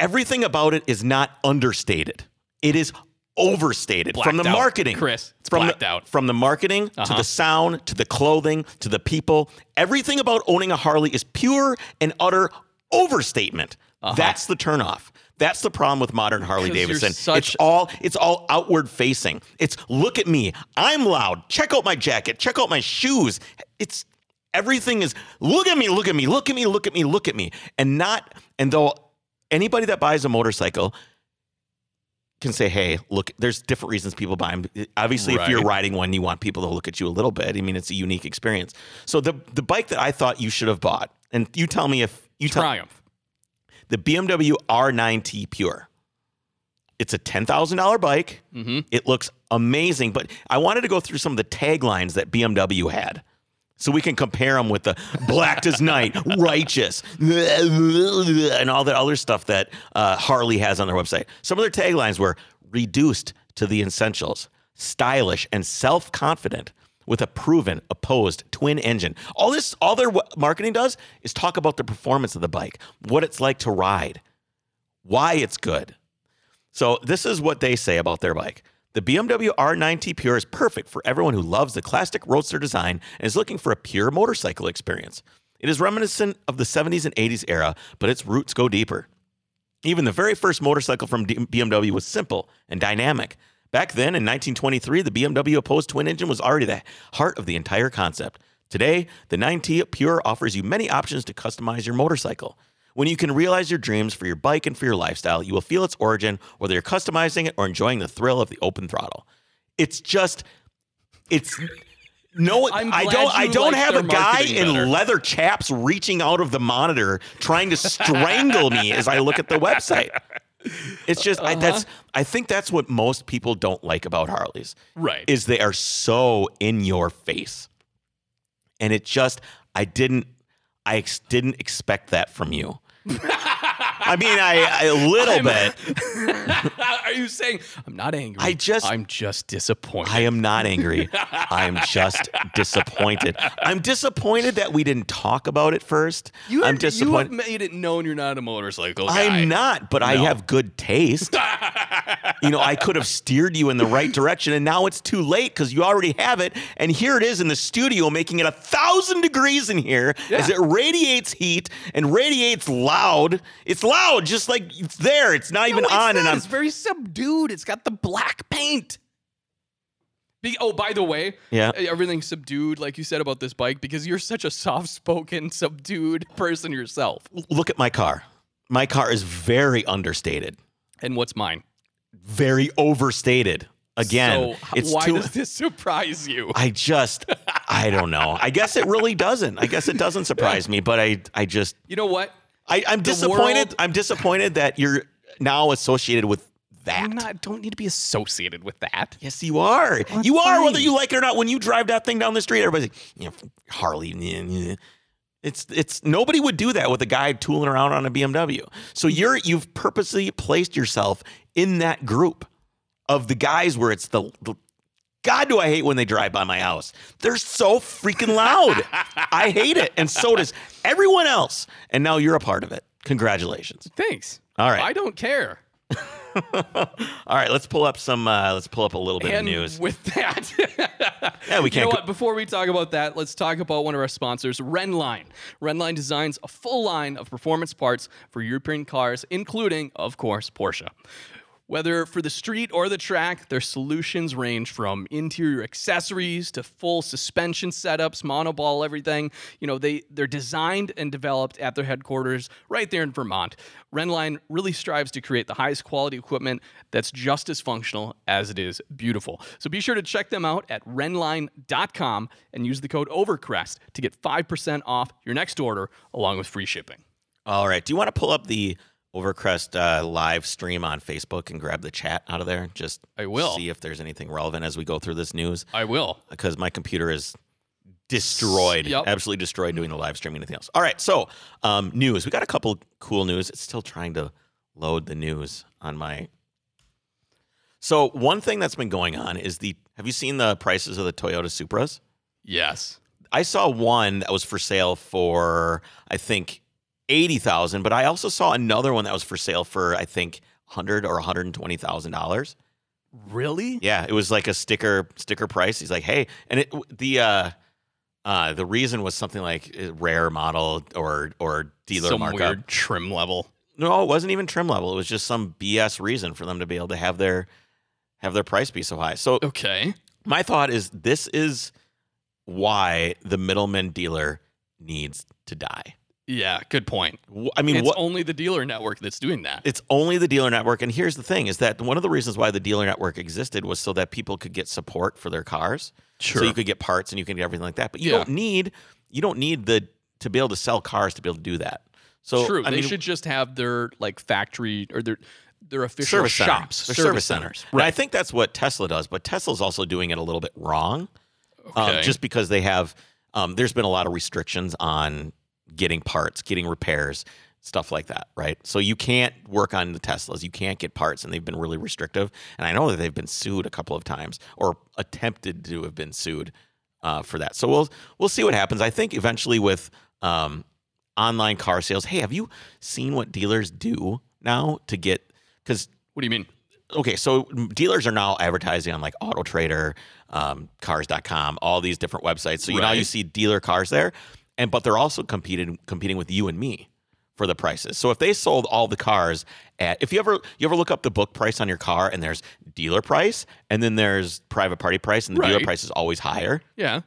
[SPEAKER 1] everything about it is not understated. It is overstated from
[SPEAKER 2] Blacked
[SPEAKER 1] the
[SPEAKER 2] out,
[SPEAKER 1] marketing.
[SPEAKER 2] Chris. It's
[SPEAKER 1] from
[SPEAKER 2] blacked
[SPEAKER 1] the,
[SPEAKER 2] out.
[SPEAKER 1] From the marketing to
[SPEAKER 2] Uh-huh.
[SPEAKER 1] the sound to the clothing to the people. Everything about owning a Harley is pure and utter overstatement. That's the turnoff. That's the problem with modern Harley
[SPEAKER 2] Uh-huh. 'Cause you're
[SPEAKER 1] Davidson.
[SPEAKER 2] such-
[SPEAKER 1] it's all it's all outward facing. It's look at me. I'm loud. Check out my jacket. Check out my shoes. It's everything is look at me, look at me, look at me, look at me, look at me. And not and though anybody that buys a motorcycle can say, hey, look, there's different reasons people buy them. Obviously, if you're
[SPEAKER 2] Right.
[SPEAKER 1] riding one, you want people to look at you a little bit. I mean, it's a unique experience. So the the bike that I thought you should have bought, and you tell me if you tell
[SPEAKER 2] Triumph.
[SPEAKER 1] the BMW R9T Pure. It's a ten thousand dollar bike. It looks amazing, but I wanted to go through some of the taglines that BMW had, so we can compare them with the "Black as Night," "Righteous," and all that other stuff that uh, Harley has on their website. Some of their taglines were "reduced to the essentials," "stylish and self-confident." With a proven opposed twin engine, all this, all their w- marketing does is talk about the performance of the bike, what it's like to ride, why it's good. So this is what they say about their bike. The BMW R9T Pure is perfect for everyone who loves the classic roadster design and is looking for a pure motorcycle experience. It is reminiscent of the 70s and 80s era, but its roots go deeper. Even the very first motorcycle from D- BMW was simple and dynamic. Back then, in 1923, the BMW opposed twin engine was already the heart of the entire concept. Today, the 9T Pure offers you many options to customize your motorcycle. When you can realize your dreams for your bike and for your lifestyle, you will feel its origin, whether you're customizing it or enjoying the thrill of the open throttle. It's just, it's no,
[SPEAKER 2] I'm
[SPEAKER 1] I
[SPEAKER 2] glad
[SPEAKER 1] don't, I
[SPEAKER 2] you
[SPEAKER 1] don't
[SPEAKER 2] like
[SPEAKER 1] have
[SPEAKER 2] their
[SPEAKER 1] a guy
[SPEAKER 2] marketing
[SPEAKER 1] in
[SPEAKER 2] better.
[SPEAKER 1] leather chaps reaching out of the monitor trying to strangle me as I look at the website. It's just I, that's
[SPEAKER 2] Uh-huh.
[SPEAKER 1] I think that's what most people don't like about Harleys
[SPEAKER 2] Right.
[SPEAKER 1] is they are so in your face. and it just I didn't I ex- didn't expect that from you. I mean, I a little bit.
[SPEAKER 2] Are you saying I'm not angry?
[SPEAKER 1] I just-
[SPEAKER 2] I'm just disappointed.
[SPEAKER 1] I am not angry. I'm just disappointed. I'm disappointed that we didn't talk about it first.
[SPEAKER 2] you
[SPEAKER 1] I'm
[SPEAKER 2] have, you have
[SPEAKER 1] disappointed.
[SPEAKER 2] made it known you're not a motorcycle guy.
[SPEAKER 1] I'm not, but I
[SPEAKER 2] No.
[SPEAKER 1] have good taste. you know, I could have steered you in the right direction, and now it's too late because you already have it. And here it is in the studio, making it a thousand degrees in here as
[SPEAKER 2] Yeah.
[SPEAKER 1] it radiates heat and radiates loud. It's loud, just like it's there. It's not even
[SPEAKER 2] no, it's
[SPEAKER 1] on,
[SPEAKER 2] not.
[SPEAKER 1] and I'm
[SPEAKER 2] It's very subdued. It's got the black paint. Be- oh, by the way,
[SPEAKER 1] Yeah.
[SPEAKER 2] e- everything's subdued, like you said about this bike, because you're such a soft-spoken, subdued person yourself.
[SPEAKER 1] look at my car. My car is very understated,
[SPEAKER 2] And what's mine?
[SPEAKER 1] very overstated. Again,
[SPEAKER 2] so h-
[SPEAKER 1] it's
[SPEAKER 2] why
[SPEAKER 1] too.
[SPEAKER 2] does this surprise you?
[SPEAKER 1] I just, I don't know. I guess it really doesn't. I guess it doesn't surprise me, but I, I just,
[SPEAKER 2] You know what?
[SPEAKER 1] I, I'm disappointed.
[SPEAKER 2] world-
[SPEAKER 1] I'm disappointed that you're now associated with that.
[SPEAKER 2] I'm not. Don't need to be associated with that.
[SPEAKER 1] yes, you are. you are, whether you like it or not. When you drive that thing down the street, everybody's like, you know, Harley. yeah, yeah." It's it's nobody would do that with a guy tooling around on a BMW. So you're you've purposely placed yourself in that group of the guys where it's the, the God do I hate when they drive by my house. They're so freaking loud. I hate it, and so does everyone else. And now you're a part of it. Congratulations.
[SPEAKER 2] Thanks.
[SPEAKER 1] All right.
[SPEAKER 2] I don't care.
[SPEAKER 1] All right, let's pull up some. Uh, let's pull up a little bit
[SPEAKER 2] and
[SPEAKER 1] of news.
[SPEAKER 2] with that,
[SPEAKER 1] Yeah, we
[SPEAKER 2] you know
[SPEAKER 1] can't. go-
[SPEAKER 2] what? Before we talk about that, let's talk about one of our sponsors, Renline. Renline designs a full line of performance parts for European cars, including, of course, Porsche. Whether for the street or the track, their solutions range from interior accessories to full suspension setups, monoball, everything. You know, they they're designed and developed at their headquarters right there in Vermont. Renline really strives to create the highest quality equipment that's just as functional as it is beautiful. So be sure to check them out at renline.com and use the code OVERCREST to get 5% off your next order along with free shipping.
[SPEAKER 1] All right. Do you want to pull up the Overcrest uh, live stream on Facebook and grab the chat out of there? Just
[SPEAKER 2] I will.
[SPEAKER 1] see if there's anything relevant as we go through this news
[SPEAKER 2] I will.
[SPEAKER 1] because my computer is destroyed,
[SPEAKER 2] Yep.
[SPEAKER 1] absolutely destroyed doing the live streaming. Anything else? All right. So um, news. We got a couple cool news. It's still trying to load the news on my. So one thing that's been going on is the. Have you seen the prices of the Toyota Supras?
[SPEAKER 2] Yes.
[SPEAKER 1] I saw one that was for sale for I think eighty thousand, but I also saw another one that was for sale for I think hundred or one hundred and twenty thousand dollars.
[SPEAKER 2] Really?
[SPEAKER 1] Yeah, it was like a sticker sticker price. He's like, hey, and it, the uh, uh, the reason was something like uh, rare model or or dealer
[SPEAKER 2] Some
[SPEAKER 1] markup.
[SPEAKER 2] weird trim level.
[SPEAKER 1] No, it wasn't even trim level. It was just some BS reason for them to be able to have their have their price be so high. So
[SPEAKER 2] Okay.
[SPEAKER 1] my thought is this is why the middleman dealer needs to die.
[SPEAKER 2] Yeah, good point.
[SPEAKER 1] Wh- I mean,
[SPEAKER 2] it's
[SPEAKER 1] what?
[SPEAKER 2] only the dealer network that's doing that.
[SPEAKER 1] it's only the dealer network. And here's the thing: is that one of the reasons why the dealer network existed was so that people could get support for their cars.
[SPEAKER 2] Sure.
[SPEAKER 1] So you could get parts and you can get everything like that. But you
[SPEAKER 2] Yeah.
[SPEAKER 1] don't need you don't need the to be able to sell cars to be able to do that. So
[SPEAKER 2] True.
[SPEAKER 1] I
[SPEAKER 2] they
[SPEAKER 1] mean,
[SPEAKER 2] should just have their like factory or their their official
[SPEAKER 1] service center.
[SPEAKER 2] shops,
[SPEAKER 1] They're service centers. And I
[SPEAKER 2] Right.
[SPEAKER 1] think that's what Tesla does, but Tesla's also doing it a little bit wrong. um,
[SPEAKER 2] Okay.
[SPEAKER 1] just because they have, um, there's been a lot of restrictions on getting parts, getting repairs, stuff like that, right? So you can't work on the Teslas. You can't get parts, and they've been really restrictive. And I know that they've been sued a couple of times or attempted to have been sued uh, for that. So we'll we'll see what happens. I think eventually with um, online car sales. Hey, have you seen what dealers do now to get? Because
[SPEAKER 2] What do you mean?
[SPEAKER 1] okay, so dealers are now advertising on like Auto Trader, um, Cars.com, all these different websites. So you now
[SPEAKER 2] Right.
[SPEAKER 1] you see dealer cars there, and but they're also competing competing with you and me for the prices. So if they sold all the cars at, if you ever you ever look up the book price on your car, and there's dealer price, and then there's private party price, and the dealer
[SPEAKER 2] Right.
[SPEAKER 1] price is always higher.
[SPEAKER 2] Yeah.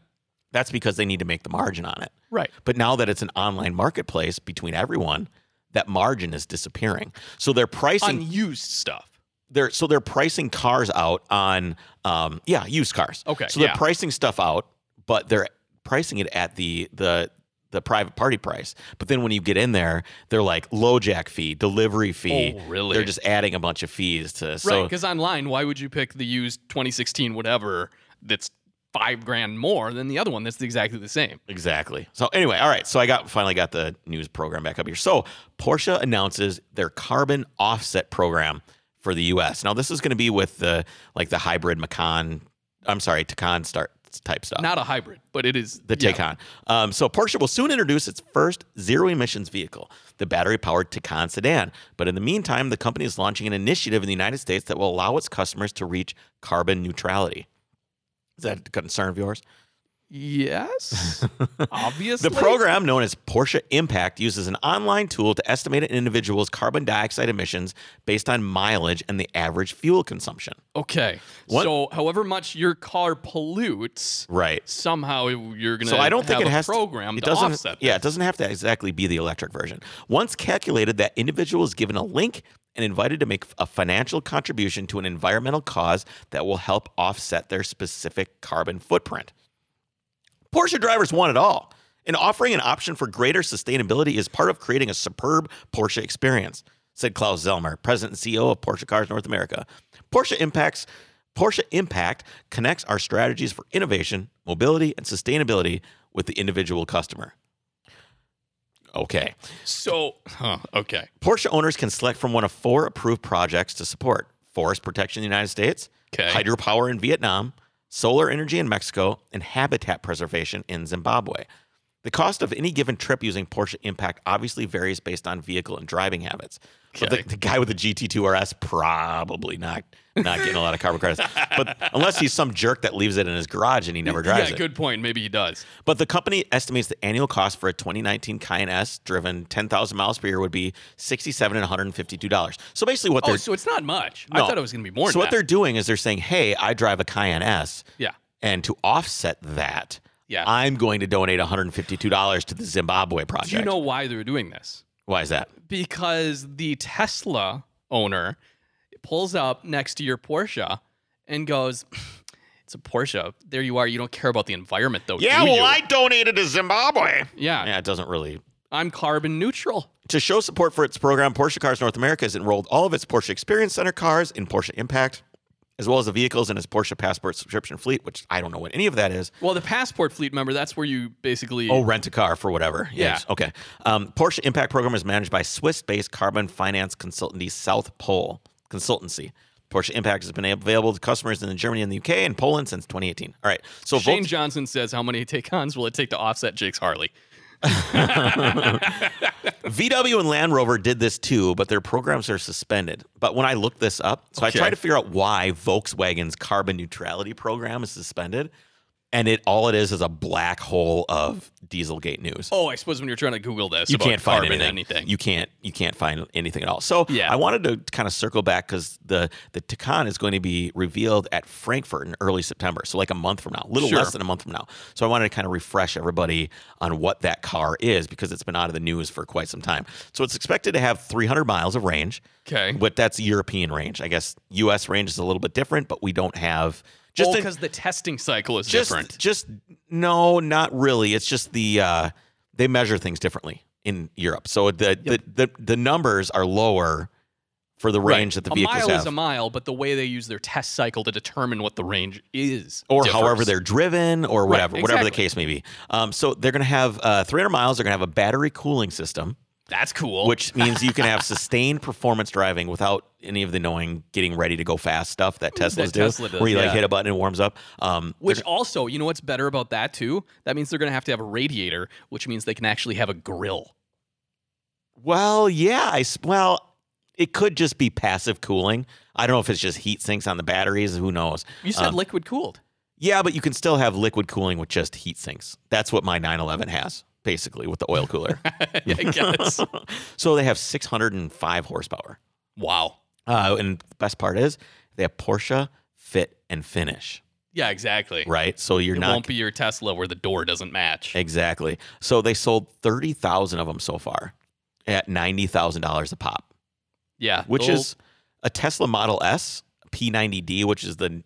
[SPEAKER 1] That's because they need to make the margin on it.
[SPEAKER 2] Right.
[SPEAKER 1] But now that it's an online marketplace between everyone, that margin is disappearing. So their pricing
[SPEAKER 2] Unused stuff.
[SPEAKER 1] they're so they're pricing cars out on um yeah used cars
[SPEAKER 2] Okay,
[SPEAKER 1] so they're
[SPEAKER 2] yeah.
[SPEAKER 1] pricing stuff out but they're pricing it at the the the private party price but then when you get in there they're like low jack fee delivery fee
[SPEAKER 2] Oh, really?
[SPEAKER 1] they're just adding a bunch of fees to
[SPEAKER 2] Right.
[SPEAKER 1] so
[SPEAKER 2] Because online, why would you pick the used 2016 whatever that's five grand more than the other one that's exactly the same.
[SPEAKER 1] Exactly. So anyway, all right. So I got finally got the news program back up here. So Porsche announces their carbon offset program for the U.S. Now this is going to be with the like the hybrid Macan. I'm sorry, Taycan start type stuff.
[SPEAKER 2] Not a hybrid, but it is
[SPEAKER 1] the
[SPEAKER 2] yeah.
[SPEAKER 1] Taycan. Um, so Porsche will soon introduce its first zero emissions vehicle, the battery-powered Taycan sedan. But in the meantime, the company is launching an initiative in the United States that will allow its customers to reach carbon neutrality. Is that a concern of yours?
[SPEAKER 2] Yes, obviously.
[SPEAKER 1] The program, known as Porsche Impact, uses an online tool to estimate an individual's carbon dioxide emissions based on mileage and the average fuel consumption.
[SPEAKER 2] Okay.
[SPEAKER 1] What-
[SPEAKER 2] So, however much your car pollutes,
[SPEAKER 1] Right.
[SPEAKER 2] somehow you're gonna.
[SPEAKER 1] So I don't think
[SPEAKER 2] have
[SPEAKER 1] it
[SPEAKER 2] a
[SPEAKER 1] has
[SPEAKER 2] program
[SPEAKER 1] To, it
[SPEAKER 2] to
[SPEAKER 1] doesn't.
[SPEAKER 2] offset.
[SPEAKER 1] yeah, it doesn't have to exactly be the electric version. Once calculated, that individual is given a link and invited to make a financial contribution to an environmental cause that will help offset their specific carbon footprint. Porsche drivers want it all, and offering an option for greater sustainability is part of creating a superb Porsche experience, said Klaus Zellmer, president and CEO of Porsche Cars North America. Porsche impacts Porsche Impact connects our strategies for innovation, mobility, and sustainability with the individual customer. Okay.
[SPEAKER 2] So, huh, okay.
[SPEAKER 1] Porsche owners can select from one of four approved projects to support forest protection in the United States,
[SPEAKER 2] Okay.
[SPEAKER 1] hydropower in Vietnam, solar energy in Mexico, and habitat preservation in Zimbabwe. The cost of any given trip using Porsche Impact obviously varies based on vehicle and driving habits. But
[SPEAKER 2] Okay.
[SPEAKER 1] the, the guy with the GT2 RS probably not not getting a lot of carbon credits, but unless he's some jerk that leaves it in his garage and he never drives
[SPEAKER 2] yeah,
[SPEAKER 1] it.
[SPEAKER 2] good point. Maybe he does.
[SPEAKER 1] But the company estimates the annual cost for a 2019 Cayenne S driven 10,000 miles per year would be 67 and 152 dollars. So basically, what
[SPEAKER 2] Oh,
[SPEAKER 1] they're
[SPEAKER 2] so it's not much.
[SPEAKER 1] no.
[SPEAKER 2] I thought it was gonna be more.
[SPEAKER 1] So
[SPEAKER 2] than
[SPEAKER 1] what
[SPEAKER 2] that.
[SPEAKER 1] they're doing is they're saying, "Hey, I drive a Cayenne S,
[SPEAKER 2] Yeah.
[SPEAKER 1] and to offset that,
[SPEAKER 2] Yeah.
[SPEAKER 1] I'm going to donate 152 dollars to the Zimbabwe project."
[SPEAKER 2] Do you know why they're doing this?
[SPEAKER 1] why is that?
[SPEAKER 2] Because the Tesla owner pulls up next to your Porsche and goes, "It's a Porsche. There you are. You don't care about the environment, though.
[SPEAKER 1] Yeah,
[SPEAKER 2] do
[SPEAKER 1] well,
[SPEAKER 2] you?"
[SPEAKER 1] I donated to Zimbabwe.
[SPEAKER 2] Yeah.
[SPEAKER 1] Yeah, it doesn't really
[SPEAKER 2] I'm carbon neutral.
[SPEAKER 1] To show support for its program, Porsche Cars North America has enrolled all of its Porsche Experience Center cars in Porsche Impact, as well as the vehicles in its Porsche Passport subscription fleet, which I don't know what any of that is.
[SPEAKER 2] Well, the passport fleet member. That's where you basically.
[SPEAKER 1] Oh, rent a car for whatever. Yes.
[SPEAKER 2] Yeah.
[SPEAKER 1] Okay. Um, Porsche Impact Program is managed by Swiss-based carbon finance consultancy South Pole Consultancy. Porsche Impact has been available to customers in Germany and the UK and Poland since 2018. All right. So
[SPEAKER 2] Shane
[SPEAKER 1] Volks-
[SPEAKER 2] Johnson says, "How many take-ons will it take to offset Jake's Harley?"
[SPEAKER 1] VW and Land Rover did this too, but their programs are suspended. But when I looked this up, so
[SPEAKER 2] Okay.
[SPEAKER 1] I tried to figure out why Volkswagen's carbon neutrality program is suspended, and it all it is is a black hole of Dieselgate news.
[SPEAKER 2] Oh, I suppose when you're trying to Google this,
[SPEAKER 1] you
[SPEAKER 2] about
[SPEAKER 1] can't find
[SPEAKER 2] carbon
[SPEAKER 1] anything. You can't you can't find anything at all. So
[SPEAKER 2] Yeah.
[SPEAKER 1] I wanted to kind of circle back because the the Taycan is going to be revealed at Frankfurt in early September, so like a month from now, a little
[SPEAKER 2] Sure.
[SPEAKER 1] less than a month from now. So I wanted to kind of refresh everybody on what that car is because it's been out of the news for quite some time. So it's expected to have 300 miles of range.
[SPEAKER 2] Okay.
[SPEAKER 1] but that's European range. I guess U.S. range is a little bit different, but we don't have just
[SPEAKER 2] just
[SPEAKER 1] in-
[SPEAKER 2] because the testing cycle is
[SPEAKER 1] just,
[SPEAKER 2] different.
[SPEAKER 1] Just no, not really. It's just the uh, they measure things differently in Europe, so the, the the the numbers are lower for the range that the
[SPEAKER 2] a
[SPEAKER 1] vehicles
[SPEAKER 2] mile
[SPEAKER 1] have,
[SPEAKER 2] is a mile, but the way they use their test cycle to determine what the range is,
[SPEAKER 1] or
[SPEAKER 2] differs.
[SPEAKER 1] however they're driven, or whatever, whatever the
[SPEAKER 2] exactly.
[SPEAKER 1] case may be. Um, so they're going to have uh, 300 miles. They're going to have a battery cooling system,
[SPEAKER 2] That's cool.
[SPEAKER 1] which means you can have sustained performance driving without any of the knowing getting ready to go fast stuff that Teslas do,
[SPEAKER 2] Tesla does,
[SPEAKER 1] where you like
[SPEAKER 2] yeah.
[SPEAKER 1] hit a button and it warms up. Um, they're
[SPEAKER 2] which also, you know what's better about that too? That means they're going to have to have a radiator, which means they can actually have a grill.
[SPEAKER 1] Well, yeah. I s- well, it could just be passive cooling. I don't know if it's just heat sinks on the batteries. Who knows?
[SPEAKER 2] You said
[SPEAKER 1] Um,
[SPEAKER 2] liquid cooled.
[SPEAKER 1] yeah, but you can still have liquid cooling with just heat sinks. That's what my 911 has, basically, with the oil cooler.
[SPEAKER 2] I guess.
[SPEAKER 1] so they have 605 horsepower.
[SPEAKER 2] wow.
[SPEAKER 1] Uh, and the best part is they have Porsche fit and finish,
[SPEAKER 2] Yeah, exactly.
[SPEAKER 1] right? So you're
[SPEAKER 2] It
[SPEAKER 1] not
[SPEAKER 2] won't be your Tesla where the door doesn't match.
[SPEAKER 1] exactly. So they sold 30,000 of them so far at $90,000 a pop.
[SPEAKER 2] yeah, Oh,
[SPEAKER 1] which
[SPEAKER 2] they'll-
[SPEAKER 1] is a Tesla Model S P90D, which is the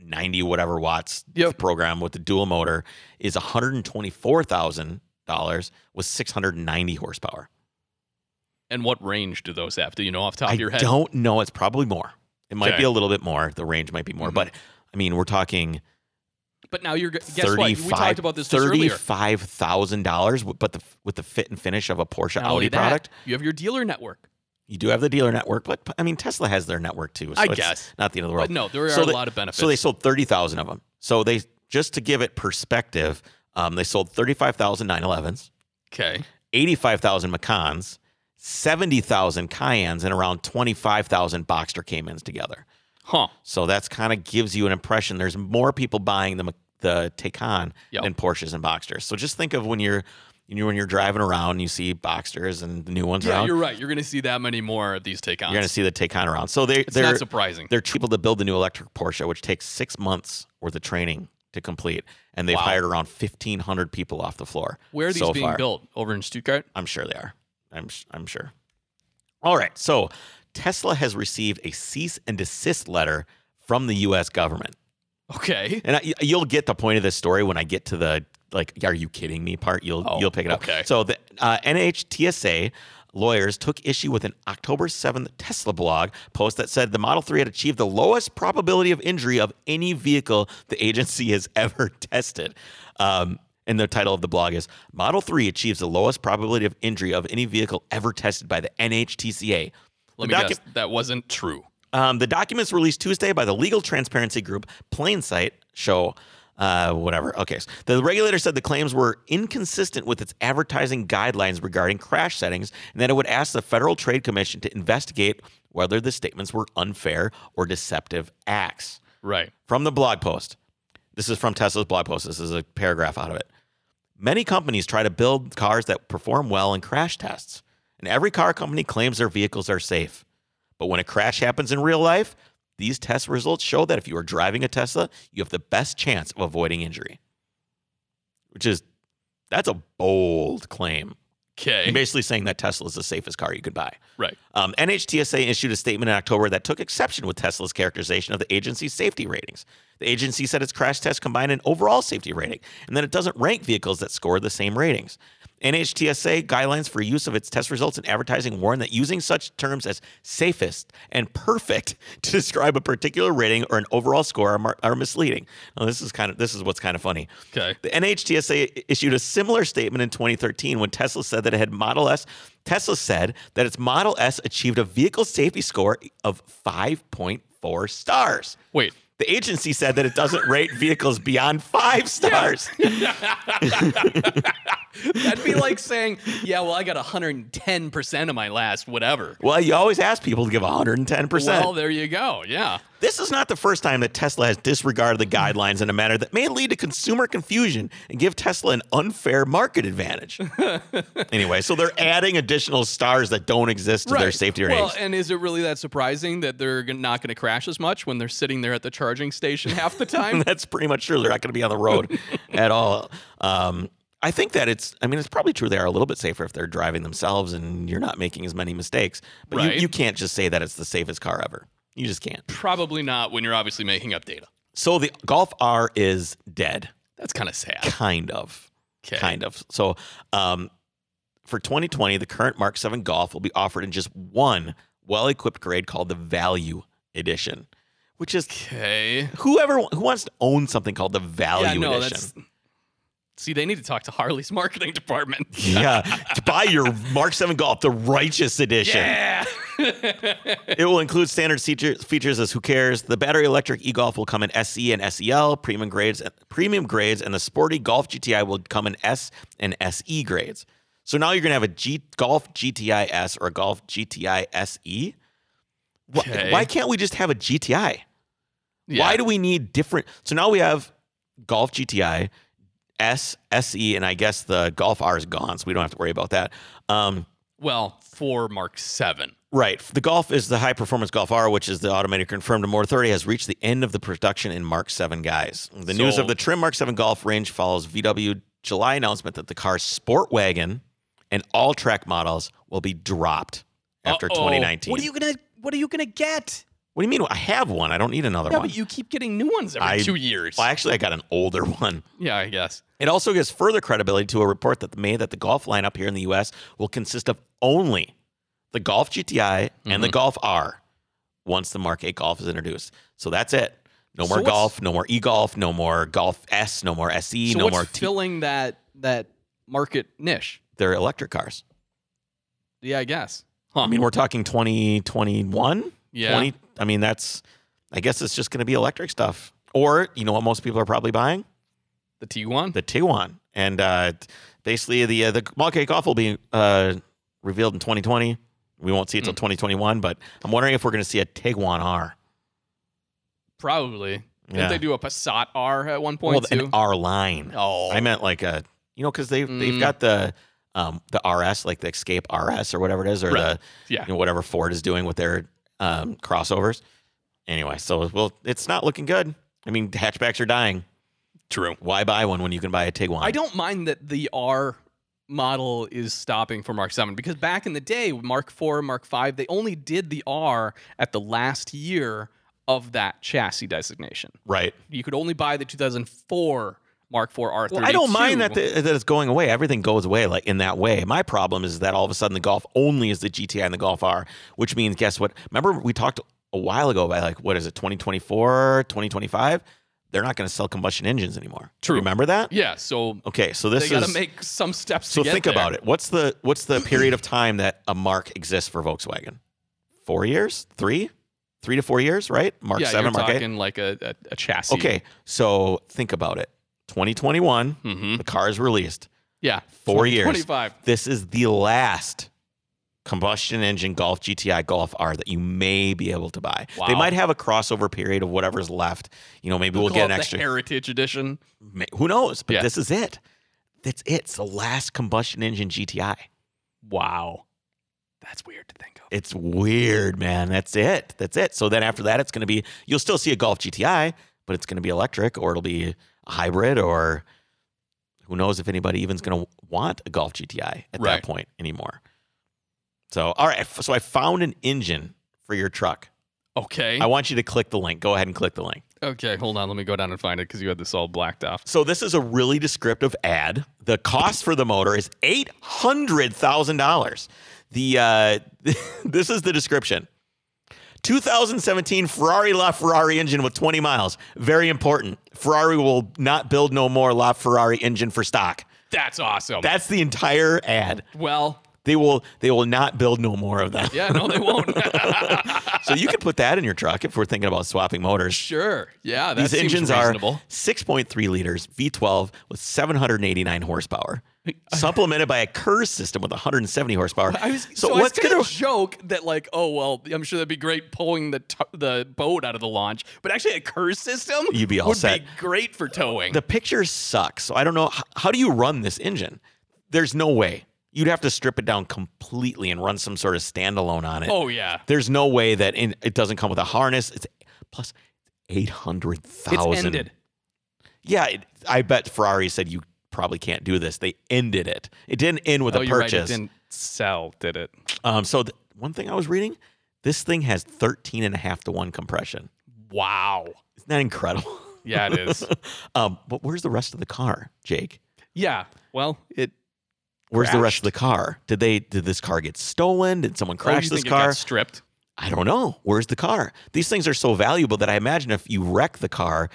[SPEAKER 1] 90 whatever watts
[SPEAKER 2] Yep.
[SPEAKER 1] program with the dual motor, is $124,000 with 690 horsepower.
[SPEAKER 2] and what range do those have? Do you know off the top
[SPEAKER 1] I
[SPEAKER 2] of your head?
[SPEAKER 1] don't know. It's probably more. It might
[SPEAKER 2] Okay. Mm-hmm.
[SPEAKER 1] be a little bit more. The range might be more.
[SPEAKER 2] Mhm.
[SPEAKER 1] But I mean, we're talking
[SPEAKER 2] But now you're g- guess what? We talked about this just earlier.
[SPEAKER 1] Thirty-five thousand dollars, but the with the fit and finish of a Porsche
[SPEAKER 2] Not
[SPEAKER 1] Audi
[SPEAKER 2] only that,
[SPEAKER 1] product,
[SPEAKER 2] You have your dealer network.
[SPEAKER 1] you do have the dealer network. But I mean, Tesla has their network too. So
[SPEAKER 2] I
[SPEAKER 1] it's
[SPEAKER 2] guess.
[SPEAKER 1] not the end of the world.
[SPEAKER 2] But no, there are a lot of benefits.
[SPEAKER 1] So they sold thirty thousand of them. So they just to give it perspective, um, they sold thirty-five thousand 911s,
[SPEAKER 2] Okay.
[SPEAKER 1] eighty-five thousand Macans, seventy thousand Cayennes, and around twenty-five thousand Boxster Caymans together.
[SPEAKER 2] Huh.
[SPEAKER 1] So that's kind of gives you an impression. There's more people buying the the Taycan
[SPEAKER 2] Yep.
[SPEAKER 1] than Porsches and Boxsters. So just think of when you're you know, when you're driving around, and you see Boxsters and the new ones
[SPEAKER 2] Yeah,
[SPEAKER 1] around.
[SPEAKER 2] you're
[SPEAKER 1] You're,
[SPEAKER 2] right. You're going to see that many more of these take ons.
[SPEAKER 1] going to see the Taycan around. So they
[SPEAKER 2] It's
[SPEAKER 1] they're
[SPEAKER 2] not surprising.
[SPEAKER 1] they're cheap to build the new electric Porsche, which takes six months worth of training to complete, and they've
[SPEAKER 2] Wow.
[SPEAKER 1] hired around 1,500 people off the floor.
[SPEAKER 2] Where are these
[SPEAKER 1] so
[SPEAKER 2] being
[SPEAKER 1] far.
[SPEAKER 2] built? Over in Stuttgart?
[SPEAKER 1] I'm sure they are. I'm s- I'm sure. All right. So Tesla has received a cease and desist letter from the U.S. government.
[SPEAKER 2] Okay.
[SPEAKER 1] And I, you'll get the point of this story when I get to the like, are you kidding me part. You'll
[SPEAKER 2] Oh,
[SPEAKER 1] you'll pick it up.
[SPEAKER 2] okay.
[SPEAKER 1] So the uh, NHTSA lawyers took issue with an October 7th Tesla blog post that said the Model 3 had achieved the lowest probability of injury of any vehicle the agency has ever tested. Um, and the title of the blog is Model 3 achieves the lowest probability of injury of any vehicle ever tested by the NHTSA.
[SPEAKER 2] Let
[SPEAKER 1] The
[SPEAKER 2] me
[SPEAKER 1] docu-
[SPEAKER 2] guess. That wasn't true.
[SPEAKER 1] um, the documents released Tuesday by the legal transparency group Plainsight show. Uh, whatever. Okay. So the regulator said the claims were inconsistent with its advertising guidelines regarding crash settings and that it would ask the Federal Trade Commission to investigate whether the statements were unfair or deceptive acts.
[SPEAKER 2] Right.
[SPEAKER 1] From the blog post, this is from Tesla's blog post. This is a paragraph out of it. Many companies try to build cars that perform well in crash tests, and every car company claims their vehicles are safe. But when a crash happens in real life, these test results show that if you are driving a Tesla, you have the best chance of avoiding injury. Which is, that's a bold claim.
[SPEAKER 2] Okay.
[SPEAKER 1] Basically saying that Tesla is the safest car you could buy.
[SPEAKER 2] Right.
[SPEAKER 1] Um, NHTSA issued a statement in October that took exception with Tesla's characterization of the agency's safety ratings. The agency said its crash test combined an overall safety rating and that it doesn't rank vehicles that score the same ratings. NHTSA guidelines for use of its test results in advertising warn that using such terms as safest and perfect to describe a particular rating or an overall score are, mar- are misleading. Now, this is kind of this is what's kind of funny.
[SPEAKER 2] Okay.
[SPEAKER 1] The NHTSA i- issued a similar statement in 2013 when Tesla said that it had Model S. Tesla said that its Model S achieved a vehicle safety score of 5.4 stars.
[SPEAKER 2] Wait.
[SPEAKER 1] The agency said that it doesn't rate vehicles beyond five stars.
[SPEAKER 2] That'd be like saying, yeah, well, I got 110% of my last whatever.
[SPEAKER 1] Well, you always ask people to give 110%.
[SPEAKER 2] Well, there you go. Yeah.
[SPEAKER 1] This is not the first time that Tesla has disregarded the guidelines in a manner that may lead to consumer confusion and give Tesla an unfair market advantage. anyway, so they're adding additional stars that don't exist to their safety ratings.
[SPEAKER 2] Well, and is it really that surprising that they're g- not going to crash as much when they're sitting there at the charging station half the time?
[SPEAKER 1] that's pretty much true. They're not going to be on the road at all. Um, I think that it's. I mean, it's probably true. They are a little bit safer if they're driving themselves, and you're not making as many mistakes. But
[SPEAKER 2] Right.
[SPEAKER 1] you, you can't just say that it's the safest car ever. You just can't.
[SPEAKER 2] Probably not when you're obviously making up data.
[SPEAKER 1] So the Golf R is dead,
[SPEAKER 2] That's kind of sad.
[SPEAKER 1] kind of,
[SPEAKER 2] Okay.
[SPEAKER 1] kind of. So um, for 2020, the current Mark 7 Golf will be offered in just one well-equipped grade called the Value Edition, which is
[SPEAKER 2] Okay.
[SPEAKER 1] whoever who wants to own something called the Value
[SPEAKER 2] Yeah, no,
[SPEAKER 1] Edition.
[SPEAKER 2] that's. See, they need to talk to Harley's marketing department.
[SPEAKER 1] yeah. To buy your Mark 7 Golf, the righteous edition.
[SPEAKER 2] Yeah.
[SPEAKER 1] It will include standard features, features as who cares. The battery electric e-Golf will come in SE and SEL, premium grades, premium grades, and the sporty Golf GTI will come in S and SE grades. So now you're going to have a G, Golf GTI S or a Golf GTI SE. E? Wh-
[SPEAKER 2] Okay.
[SPEAKER 1] Why can't we just have a GTI?
[SPEAKER 2] Yeah.
[SPEAKER 1] Why do we need different? So now we have Golf GTI, S, SE, and I guess the Golf R is gone, so we don't have to worry about that. Um,
[SPEAKER 2] Well, for Mark 7.
[SPEAKER 1] right. The Golf is the high performance Golf R, which is the automated confirmed to more authority, has reached the end of the production in Mark 7 guys. The news
[SPEAKER 2] So-
[SPEAKER 1] of the trim Mark 7 Golf range follows VW July announcement that the car's Sport Wagon and all track models will be dropped after
[SPEAKER 2] Uh-oh.
[SPEAKER 1] 2019.
[SPEAKER 2] What are you going to what are you going to get?
[SPEAKER 1] What do you mean? I have one. I don't need another
[SPEAKER 2] Yeah,
[SPEAKER 1] one.
[SPEAKER 2] but you keep getting new ones every
[SPEAKER 1] I-
[SPEAKER 2] 2 years.
[SPEAKER 1] well, actually, I got an older one.
[SPEAKER 2] yeah, I guess.
[SPEAKER 1] It also gives further credibility to a report that made that the golf lineup here in the U.S. will consist of only the
[SPEAKER 2] Mm-hmm.
[SPEAKER 1] Golf GTI and the Golf R once the Mark 8 Golf is introduced. So that's it. No more
[SPEAKER 2] So what's-
[SPEAKER 1] golf, no more e golf, no more golf S, no more SE,
[SPEAKER 2] So
[SPEAKER 1] no
[SPEAKER 2] what's
[SPEAKER 1] more T.
[SPEAKER 2] filling that that market niche?
[SPEAKER 1] They're electric cars.
[SPEAKER 2] Yeah, I guess.
[SPEAKER 1] I mean, we're talking 2021.
[SPEAKER 2] Yeah.
[SPEAKER 1] 20, I mean, that's, I guess it's just going to be electric stuff. Or, you know what most people are probably buying?
[SPEAKER 2] The T1.
[SPEAKER 1] The T1. And uh, t- basically, the uh, the mall cake off will be uh, revealed in 2020. We won't see it till
[SPEAKER 2] Hmm.
[SPEAKER 1] 2021, but I'm wondering if we're going to see a Tiguan R.
[SPEAKER 2] Probably.
[SPEAKER 1] Yeah.
[SPEAKER 2] Didn't they do a Passat R at one point
[SPEAKER 1] well,
[SPEAKER 2] too?
[SPEAKER 1] an R line.
[SPEAKER 2] Oh.
[SPEAKER 1] I meant like a, you know, because they they've
[SPEAKER 2] Mm.
[SPEAKER 1] got the um the RS like the Escape RS or whatever it is or
[SPEAKER 2] Right.
[SPEAKER 1] the
[SPEAKER 2] Yeah.
[SPEAKER 1] you know, whatever Ford is doing with their um crossovers. Anyway, so well, it's not looking good. I mean, hatchbacks are dying. True. Why buy one when you can buy a Tiguan?
[SPEAKER 2] I don't mind that the R model is stopping for Mark 7 because back in the day, Mark 4, Mark 5, they only did the R at the last year of that chassis designation.
[SPEAKER 1] Right.
[SPEAKER 2] You could only buy the 2004 Mark 4 R32.
[SPEAKER 1] Well, I don't mind that the, that it's going away. Everything goes away like in that way. My problem is that all of a sudden the Golf only is the GTI and the Golf R, which means guess what? Remember we talked a while ago about like what is it 2024, 2025? They're not going to sell combustion engines anymore.
[SPEAKER 2] True.
[SPEAKER 1] Remember that?
[SPEAKER 2] yeah, so
[SPEAKER 1] Okay, so this
[SPEAKER 2] they got
[SPEAKER 1] is
[SPEAKER 2] to make some steps
[SPEAKER 1] so
[SPEAKER 2] to get
[SPEAKER 1] think
[SPEAKER 2] there.
[SPEAKER 1] about it. What's the what's the period of time that a mark exists for Volkswagen? 4 years? 3? 3 to 4 years, right? Mark
[SPEAKER 2] yeah,
[SPEAKER 1] 7,
[SPEAKER 2] you're
[SPEAKER 1] Mark 8.
[SPEAKER 2] talking like a, a, a chassis.
[SPEAKER 1] Okay, so think about it. 2021,
[SPEAKER 2] Mhm.
[SPEAKER 1] the car is released.
[SPEAKER 2] Yeah.
[SPEAKER 1] Four years.
[SPEAKER 2] 25.
[SPEAKER 1] This is the last combustion engine Golf GTI Golf R that you may be able to buy. They
[SPEAKER 2] Wow.
[SPEAKER 1] might have a crossover period of whatever's left. You know, maybe we'll
[SPEAKER 2] Call
[SPEAKER 1] get an
[SPEAKER 2] it the
[SPEAKER 1] extra.
[SPEAKER 2] Heritage Edition.
[SPEAKER 1] ma- Who knows? But
[SPEAKER 2] Yeah.
[SPEAKER 1] this is it. That's it. It's the last combustion engine GTI.
[SPEAKER 2] Wow. That's weird to think of.
[SPEAKER 1] It's weird, man. That's it. That's it. So then after that, it's going to be, you'll still see a Golf GTI, but it's going to be electric or it'll be a hybrid or who knows if anybody even's going to want a Golf GTI at that
[SPEAKER 2] Right.
[SPEAKER 1] point anymore. So, all right. So I found an engine for your truck.
[SPEAKER 2] Okay.
[SPEAKER 1] I want you to click the link. Go ahead and click the link.
[SPEAKER 2] Okay, hold on. Let me go down and find it because you had this all blacked off.
[SPEAKER 1] So this is a really descriptive ad. The cost for the motor is eight hundred thousand dollars. The uh, this is the description. 2017 Ferrari LaFerrari engine with 20 miles. Very important. Ferrari will not build no more LaFerrari engine for stock.
[SPEAKER 2] That's awesome.
[SPEAKER 1] That's the entire ad.
[SPEAKER 2] well,
[SPEAKER 1] They will they will not build no more of them.
[SPEAKER 2] yeah, no, they won't.
[SPEAKER 1] So you can put that in your truck if we're thinking about swapping motors.
[SPEAKER 2] sure. Yeah, that
[SPEAKER 1] These
[SPEAKER 2] seems
[SPEAKER 1] engines
[SPEAKER 2] reasonable.
[SPEAKER 1] are 6.3 liters V12 with 789 horsepower, supplemented by a KERS system with 170 horsepower.
[SPEAKER 2] I was,
[SPEAKER 1] so,
[SPEAKER 2] so, I was
[SPEAKER 1] what's
[SPEAKER 2] gonna,
[SPEAKER 1] gonna?
[SPEAKER 2] joke that like, oh well, I'm sure that'd be great pulling the to- the boat out of the launch, but actually a curse system
[SPEAKER 1] You'd be all
[SPEAKER 2] would
[SPEAKER 1] set.
[SPEAKER 2] be great for towing.
[SPEAKER 1] The pictures suck. So I don't know. How, how do you run this engine? There's no way. You'd have to strip it down completely and run some sort of standalone on it.
[SPEAKER 2] oh yeah,
[SPEAKER 1] There's no way that in, it doesn't come with a harness. It's plus eight hundred
[SPEAKER 2] it's
[SPEAKER 1] thousand.
[SPEAKER 2] ended.
[SPEAKER 1] Yeah, it, I bet Ferrari said you probably can't do this. They ended it. It didn't end with
[SPEAKER 2] oh,
[SPEAKER 1] a
[SPEAKER 2] you're
[SPEAKER 1] purchase.
[SPEAKER 2] right. It didn't sell, did it?
[SPEAKER 1] Um, so th- one thing I was reading, this thing has 13 and a half to one compression.
[SPEAKER 2] Wow.
[SPEAKER 1] Isn't that incredible?
[SPEAKER 2] Yeah, it is.
[SPEAKER 1] um, but where's the rest of the car, Jake?
[SPEAKER 2] yeah. Well, it
[SPEAKER 1] Where's the rest of the car? Did they did this car get stolen? Did someone
[SPEAKER 2] oh, you
[SPEAKER 1] crash this
[SPEAKER 2] think it got
[SPEAKER 1] car?
[SPEAKER 2] stripped.
[SPEAKER 1] I don't know. Where's the car? These things are so valuable that I imagine if you wreck the car,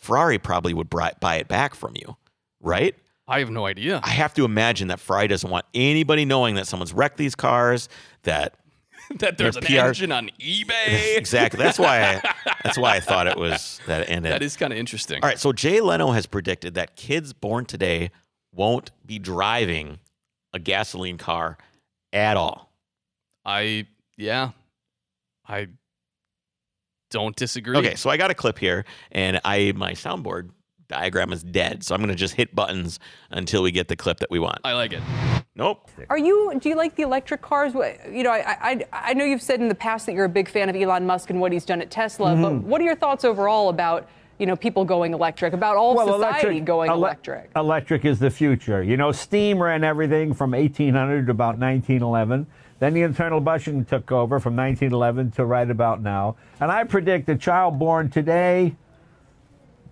[SPEAKER 1] Ferrari probably would bri- buy it back from you, right?
[SPEAKER 2] I have no idea.
[SPEAKER 1] I have to imagine that Ferrari doesn't want anybody knowing that someone's wrecked these cars, that
[SPEAKER 2] that there's an
[SPEAKER 1] PR
[SPEAKER 2] engine on eBay.
[SPEAKER 1] exactly. That's why I, that's why I thought it was that it ended.
[SPEAKER 2] That is kind of interesting.
[SPEAKER 1] All right, so Jay Leno has predicted that kids born today won't be driving a gasoline car at all.
[SPEAKER 2] I yeah, I don't disagree.
[SPEAKER 1] Okay, so I got a clip here, and I my soundboard diagram is dead, so I'm gonna just hit buttons until we get the clip that we want.
[SPEAKER 2] I like it.
[SPEAKER 1] Nope.
[SPEAKER 7] Are you? Do you like the electric cars? Wh- You know, I, I I know you've said in the past that you're a big fan of Elon Musk and what he's done at Tesla. But what are your thoughts overall about you know people going electric? About all society going
[SPEAKER 8] ele-
[SPEAKER 7] electric?
[SPEAKER 8] Electric is the future. You know, steam ran everything from 1800 to about 1911. Then the internal combustion took over from 1911 to right about now. And I predict a child born today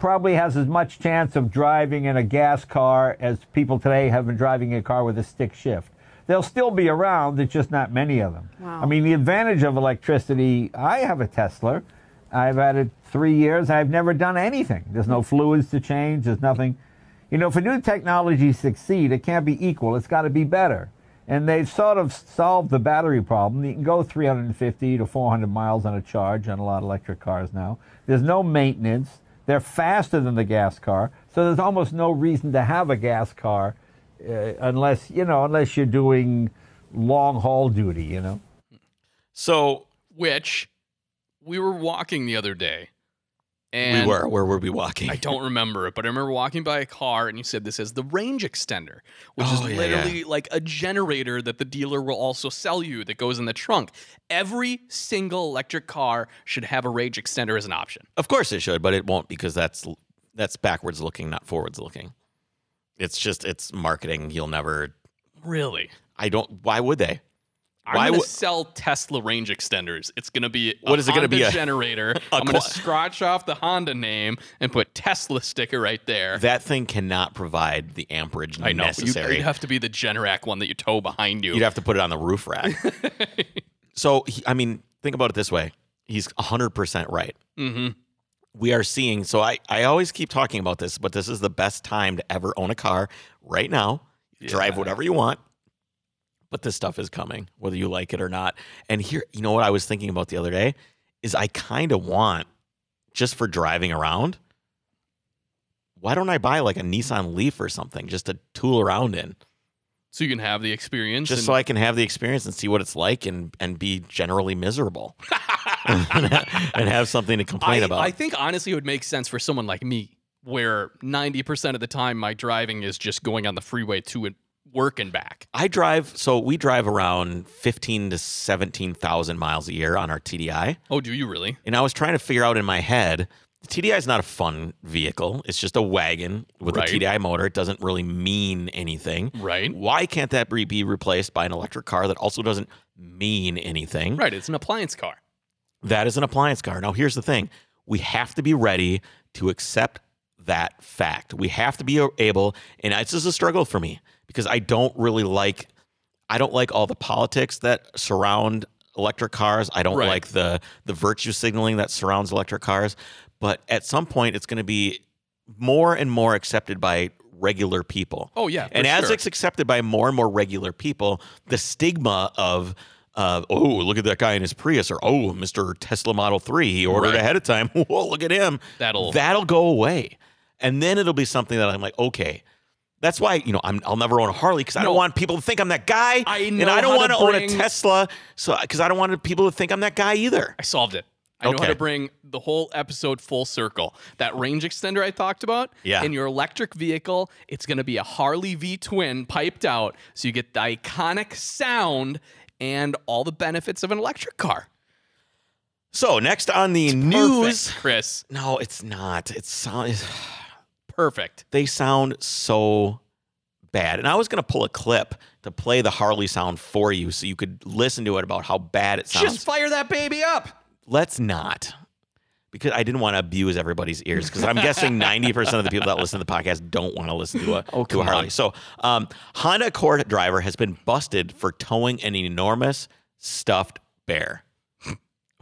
[SPEAKER 8] probably has as much chance of driving in a gas car as people today have been driving a car with a stick shift. They'll still be around, there's just not many of them. I mean, the advantage of electricity, I have a Tesla. I've had it three years. I've never done anything. There's no fluids to change. There's nothing. You know, for new technologies succeed, it can't be equal. It's got to be better. And they've sort of solved the battery problem. You can go 350 to 400 miles on a charge on a lot of electric cars now. There's no maintenance. They're faster than the gas car, so there's almost no reason to have a gas car uh, unless you know unless you're doing long haul duty. You know.
[SPEAKER 1] So
[SPEAKER 2] Which we were walking the other day,
[SPEAKER 1] we
[SPEAKER 2] and
[SPEAKER 1] were. Where were we walking?
[SPEAKER 2] I don't remember it, but I remember walking by a car and you said this is the range extender, which
[SPEAKER 1] Oh, yeah,
[SPEAKER 2] is literally like a generator that the dealer will also sell you that goes in the trunk. Every single electric car should have a range extender as an option.
[SPEAKER 1] Of course it should, but it won't because that's that's backwards looking, not forwards looking. It's just it's marketing. You'll never.
[SPEAKER 2] Really?
[SPEAKER 1] I don't. Why would they?
[SPEAKER 2] I'm
[SPEAKER 1] Why
[SPEAKER 2] gonna
[SPEAKER 1] would-
[SPEAKER 2] sell Tesla range extenders. It's gonna be
[SPEAKER 1] What is it gonna
[SPEAKER 2] Honda
[SPEAKER 1] be, a-
[SPEAKER 2] generator. i am I'm gonna
[SPEAKER 1] qua-
[SPEAKER 2] scratch off the Honda name and put Tesla sticker right there.
[SPEAKER 1] That thing cannot provide the amperage
[SPEAKER 2] I know. but You'd,
[SPEAKER 1] necessary.
[SPEAKER 2] you'd have to be the Generac one that you tow behind you.
[SPEAKER 1] You'd have to put it on the roof rack. so, he, I mean, think about it this way. He's 100% right.
[SPEAKER 2] mm-hmm.
[SPEAKER 1] We are seeing, so I, I always keep talking about this, but this is the best time to ever own a car right now. Drive whatever you want, but this stuff is coming, whether you like it or not. And here, you know what I was thinking about the other day is I kind of want just for driving around. Why don't I buy like a Nissan Leaf or something just to tool around in?
[SPEAKER 2] So you can have the experience.
[SPEAKER 1] just
[SPEAKER 2] and-
[SPEAKER 1] so I can have the experience and see what it's like and and be generally miserable and have something to complain
[SPEAKER 2] I,
[SPEAKER 1] about.
[SPEAKER 2] I think honestly, it would make sense for someone like me, where ninety percent of the time my driving is just going on the freeway to and work and back.
[SPEAKER 1] I drive so we drive around 15 to 17,000 miles a year on our TDI
[SPEAKER 2] Oh, do you really?
[SPEAKER 1] and I was trying to figure out in my head the TDI is not a fun vehicle. It's just a wagon with
[SPEAKER 2] Right.
[SPEAKER 1] a TDI motor. It doesn't really mean anything.
[SPEAKER 2] Right.
[SPEAKER 1] Why can't that be be replaced by an electric car that also doesn't mean anything?
[SPEAKER 2] Right. It's an appliance car.
[SPEAKER 1] That is an appliance car. Now, here's the thing we have to be ready to accept that fact. We have to be able, and it's just a struggle for me because I don't really like. I don't like all the politics that surround electric cars. I don't
[SPEAKER 2] Right.
[SPEAKER 1] like the the virtue signaling that surrounds electric cars. But at some point, it's going to be more and more accepted by regular people.
[SPEAKER 2] Oh, yeah, for
[SPEAKER 1] and as
[SPEAKER 2] sure.
[SPEAKER 1] it's accepted by more and more regular people, the stigma of uh, oh, look at that guy in his Prius, or oh, Mister Tesla Model Three, he ordered
[SPEAKER 2] Right.
[SPEAKER 1] ahead of time. Whoa, look at him.
[SPEAKER 2] That'll-
[SPEAKER 1] that'll go away, and then it'll be something that I'm like, okay. That's why you know I'm, I'll never own a Harley because I don't
[SPEAKER 2] No.
[SPEAKER 1] want people to think I'm that guy,
[SPEAKER 2] I
[SPEAKER 1] and
[SPEAKER 2] know
[SPEAKER 1] I don't
[SPEAKER 2] how
[SPEAKER 1] want
[SPEAKER 2] to
[SPEAKER 1] to own a
[SPEAKER 2] bring-
[SPEAKER 1] Tesla, so because I don't want people to think I'm that guy either.
[SPEAKER 2] I solved it. I know how
[SPEAKER 1] Okay.
[SPEAKER 2] to bring the whole episode full circle. That range extender I talked about.
[SPEAKER 1] Yeah.
[SPEAKER 2] In your electric vehicle, it's going to be a Harley V twin piped out, so you get the iconic sound and all the benefits of an electric car.
[SPEAKER 1] So next on the news,
[SPEAKER 2] Perfect, Chris.
[SPEAKER 1] no, it's not. It's sound.
[SPEAKER 2] Perfect.
[SPEAKER 1] they sound so bad. And I was going to pull a clip to play the Harley sound for you so you could listen to it about how bad it sounds.
[SPEAKER 2] Just fire that baby up.
[SPEAKER 1] Let's not. Because I didn't want to abuse everybody's ears, because I'm guessing 90% of the people that listen to the podcast don't want to listen to a,
[SPEAKER 2] Oh,
[SPEAKER 1] to a Harley. So, um, Honda Accord driver has been busted for towing an enormous stuffed bear.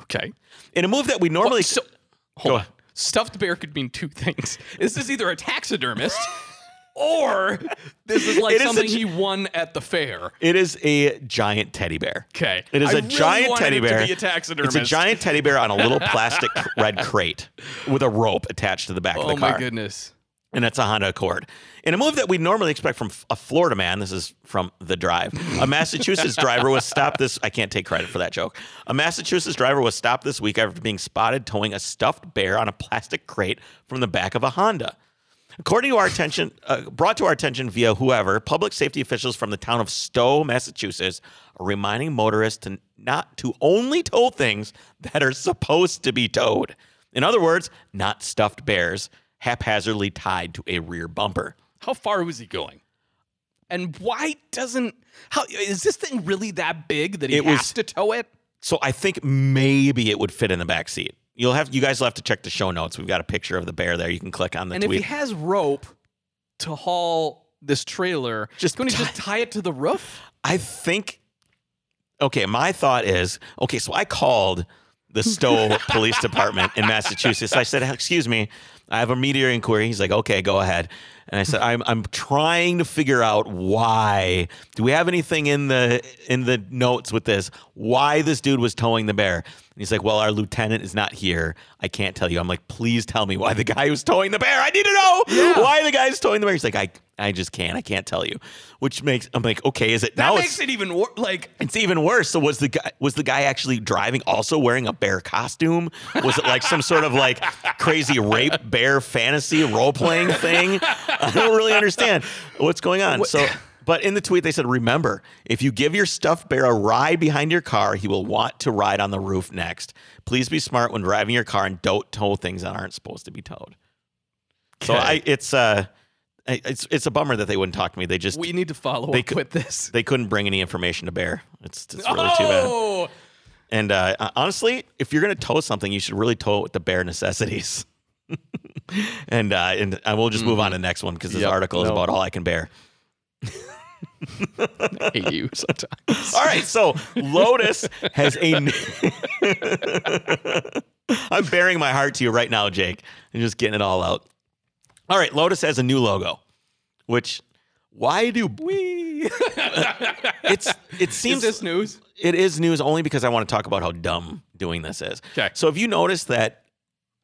[SPEAKER 2] Okay.
[SPEAKER 1] In a move that we normally.
[SPEAKER 2] so,
[SPEAKER 1] Go
[SPEAKER 2] hold on.
[SPEAKER 1] ahead.
[SPEAKER 2] Stuffed bear could mean two things. This is either a taxidermist or this is like
[SPEAKER 1] It is
[SPEAKER 2] something
[SPEAKER 1] a-
[SPEAKER 2] he won at the fair.
[SPEAKER 1] It is a giant teddy bear.
[SPEAKER 2] Okay.
[SPEAKER 1] It is
[SPEAKER 2] I
[SPEAKER 1] a
[SPEAKER 2] really
[SPEAKER 1] giant
[SPEAKER 2] wanted
[SPEAKER 1] teddy
[SPEAKER 2] it to
[SPEAKER 1] bear.
[SPEAKER 2] be a taxidermist.
[SPEAKER 1] It's a giant teddy bear on a little plastic red crate with a rope attached to the back of
[SPEAKER 2] Oh
[SPEAKER 1] the car.
[SPEAKER 2] my goodness.
[SPEAKER 1] And that's a Honda Accord. In a move that we normally expect from a Florida man, this is from The Drive. A Massachusetts driver was stopped this I can't take credit for that joke. A Massachusetts driver was stopped this week after being spotted towing a stuffed bear on a plastic crate from the back of a Honda. According to our attention, uh, brought to our attention via whoever, public safety officials from the town of Stowe, Massachusetts, are reminding motorists to not to only tow things that are supposed to be towed. In other words, not stuffed bears haphazardly tied to a rear bumper.
[SPEAKER 2] How far was he going? And why doesn't how is this thing really that big that he
[SPEAKER 1] It
[SPEAKER 2] has
[SPEAKER 1] was-
[SPEAKER 2] to tow it?
[SPEAKER 1] So I think maybe it would fit in the back seat. You'll have you guys will have to check the show notes. We've got a picture of the bear there. You can click on the
[SPEAKER 2] And if
[SPEAKER 1] tweet.
[SPEAKER 2] he has rope to haul this trailer,
[SPEAKER 1] Just
[SPEAKER 2] going to
[SPEAKER 1] tie-
[SPEAKER 2] just tie it to the roof?
[SPEAKER 1] I think okay, my thought is okay, so I called the Stowe Police Department in Massachusetts. I said, "Excuse me, I have a meteor inquiry." He's like, "Okay, go ahead." And I said, "I'm I'm trying to figure out why. Do we have anything in the in the notes with this? Why this dude was towing the bear?" And he's like, "Well, our lieutenant is not here. I can't tell you." I'm like, "Please tell me why the guy was towing the bear. I need to know why the guy's towing the bear." He's like, "I." I just can't. I can't tell you, which makes I'm like, okay, is it
[SPEAKER 2] That
[SPEAKER 1] now? it's-
[SPEAKER 2] makes it even wor- like
[SPEAKER 1] it's even worse. So was the guy was the guy actually driving also wearing a bear costume? Was it like some sort of like crazy rape bear fantasy role playing thing? I don't really understand what's going on. So but in the tweet they said, remember, if you give your stuffed bear a ride behind your car, he will want to ride on the roof next. Please be smart when driving your car and don't tow things that aren't supposed to be towed. So
[SPEAKER 2] Okay.
[SPEAKER 1] I it's uh I- it's it's a bummer that they wouldn't talk to me. They just
[SPEAKER 2] we need to follow
[SPEAKER 1] They
[SPEAKER 2] up
[SPEAKER 1] could-
[SPEAKER 2] with this.
[SPEAKER 1] they couldn't bring any information to bear. It's, it's really too bad.
[SPEAKER 2] Oh!
[SPEAKER 1] And uh, honestly, if you're going to tow something, you should really tow it with the bare necessities. and uh, and I will just move on to the next one because this
[SPEAKER 2] Mm-hmm. Yep.
[SPEAKER 1] article is
[SPEAKER 2] No.
[SPEAKER 1] about all I can bear.
[SPEAKER 2] I hate you sometimes.
[SPEAKER 1] All right, so Lotus has a. n- I'm bearing my heart to you right now, Jake, and just getting it all out. All right, Lotus has a new logo, which why do we? it's it
[SPEAKER 2] Is
[SPEAKER 1] seems
[SPEAKER 2] this news?
[SPEAKER 1] it is news only because I want to talk about how dumb doing this is.
[SPEAKER 2] Okay.
[SPEAKER 1] So if you notice that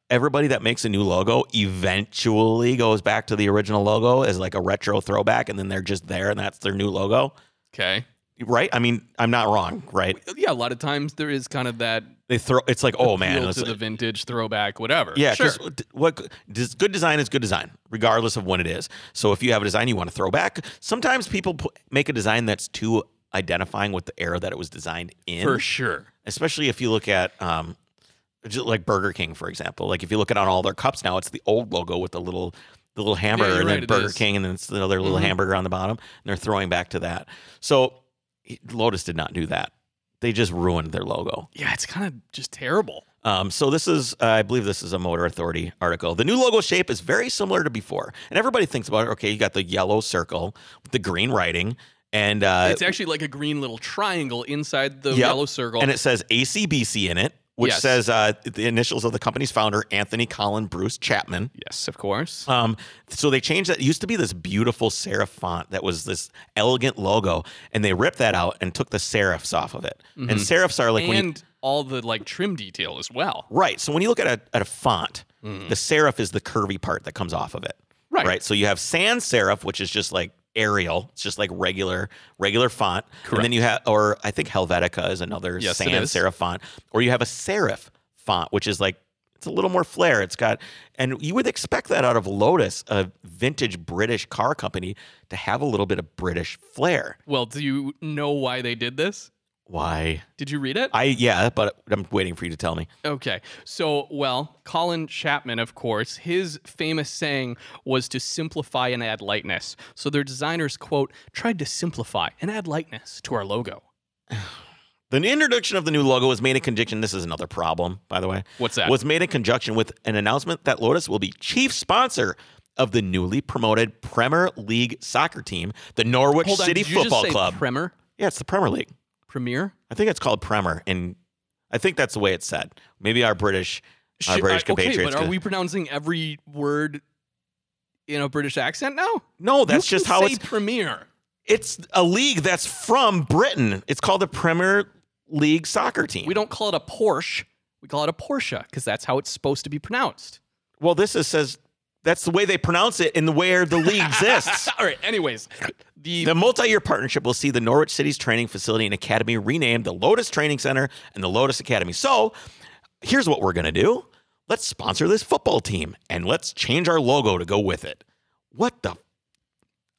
[SPEAKER 1] everybody that makes a new logo eventually goes back to the original logo as like a retro throwback and then they're just there and that's their new logo,
[SPEAKER 2] Okay.
[SPEAKER 1] right? I mean, I'm not wrong, right?
[SPEAKER 2] Yeah, a lot of times there is kind of that
[SPEAKER 1] They throw it's like, oh man,
[SPEAKER 2] appeal
[SPEAKER 1] it's
[SPEAKER 2] to the vintage throwback, whatever.
[SPEAKER 1] Yeah,
[SPEAKER 2] sure.
[SPEAKER 1] 'cause d- what does good design is good design, regardless of when it is. So if you have a design you want to throw back, sometimes people pu- make a design that's too identifying with the era that it was designed in.
[SPEAKER 2] For sure.
[SPEAKER 1] especially if you look at um, ju- like Burger King, for example. Like if you look at on all their cups now, it's the old logo with the little the little hamburger
[SPEAKER 2] you're
[SPEAKER 1] and
[SPEAKER 2] right,
[SPEAKER 1] then
[SPEAKER 2] it
[SPEAKER 1] Burger
[SPEAKER 2] is. Mm-hmm.
[SPEAKER 1] King and then it's another little hamburger on the bottom, and they're throwing back to that. So he- Lotus did not do that. They just ruined their logo.
[SPEAKER 2] Yeah, it's kind of just terrible.
[SPEAKER 1] Um, so this is, uh, I believe, this is a Motor Authority article. The new logo shape is very similar to before, and everybody thinks about it. Okay, you got the yellow circle with the green writing, and uh,
[SPEAKER 2] It's actually like a green little triangle inside the
[SPEAKER 1] Yep.
[SPEAKER 2] yellow circle.
[SPEAKER 1] And it says ACBC in it, which
[SPEAKER 2] Yes.
[SPEAKER 1] says uh, the initials of the company's founder, Anthony Colin Bruce Chapman.
[SPEAKER 2] yes, of course.
[SPEAKER 1] Um, so they changed that. It used to be this beautiful serif font that was this elegant logo, and they ripped that out and took the serifs off of it. And serifs are like when you,
[SPEAKER 2] Mm-hmm. and all the like trim detail as well.
[SPEAKER 1] right. So when you look at a at a font, the serif is the curvy part that comes off of it.
[SPEAKER 2] Mm-hmm. Right.
[SPEAKER 1] Right. So you have sans serif, which is just like Arial. It's just like regular regular font. And then you have, or I think Helvetica is another
[SPEAKER 2] Yes, it
[SPEAKER 1] sans
[SPEAKER 2] is.
[SPEAKER 1] serif font. Or you have a serif font, which is like it's a little more flair. It's got, and you would expect that out of Lotus, a vintage British car company, to have a little bit of British flair.
[SPEAKER 2] Well, do you know why they did this?
[SPEAKER 1] Why?
[SPEAKER 2] Did you read it?
[SPEAKER 1] I yeah, but I'm waiting for you to tell me.
[SPEAKER 2] Okay. So, well, Colin Chapman, of course, his famous saying was to simplify and add lightness. So their designers, quote, tried to simplify and add lightness to our logo.
[SPEAKER 1] The introduction of the new logo was made in conjunction. This is another problem, by the way.
[SPEAKER 2] What's that?
[SPEAKER 1] Was made in conjunction with an announcement that Lotus will be chief sponsor of the newly promoted Premier League soccer team, the Norwich
[SPEAKER 2] Hold on,
[SPEAKER 1] City
[SPEAKER 2] did you just
[SPEAKER 1] Football
[SPEAKER 2] say
[SPEAKER 1] Club.
[SPEAKER 2] Premier?
[SPEAKER 1] yeah, it's the Premier League.
[SPEAKER 2] Premier?
[SPEAKER 1] I think it's called Premier, and I think that's the way it's said. Maybe our British, our
[SPEAKER 2] Shit,
[SPEAKER 1] British
[SPEAKER 2] I- okay,
[SPEAKER 1] compatriots.
[SPEAKER 2] but are
[SPEAKER 1] could-
[SPEAKER 2] we pronouncing every word in a British accent now?
[SPEAKER 1] no, that's
[SPEAKER 2] You
[SPEAKER 1] just
[SPEAKER 2] can
[SPEAKER 1] how
[SPEAKER 2] say
[SPEAKER 1] it's.
[SPEAKER 2] Premier.
[SPEAKER 1] It's a league that's from Britain. It's called the Premier League soccer team.
[SPEAKER 2] We don't call it a Porsche. We call it a Porsche because that's how it's supposed to be pronounced.
[SPEAKER 1] Well, this is, says that's the way they pronounce it, and the way the league exists.
[SPEAKER 2] All right. Anyways, the,
[SPEAKER 1] The multi-year partnership will see the Norwich City's training facility and academy renamed the Lotus Training Center and the Lotus Academy. So, here's what we're going to do. Let's sponsor this football team and let's change our logo to go with it. What the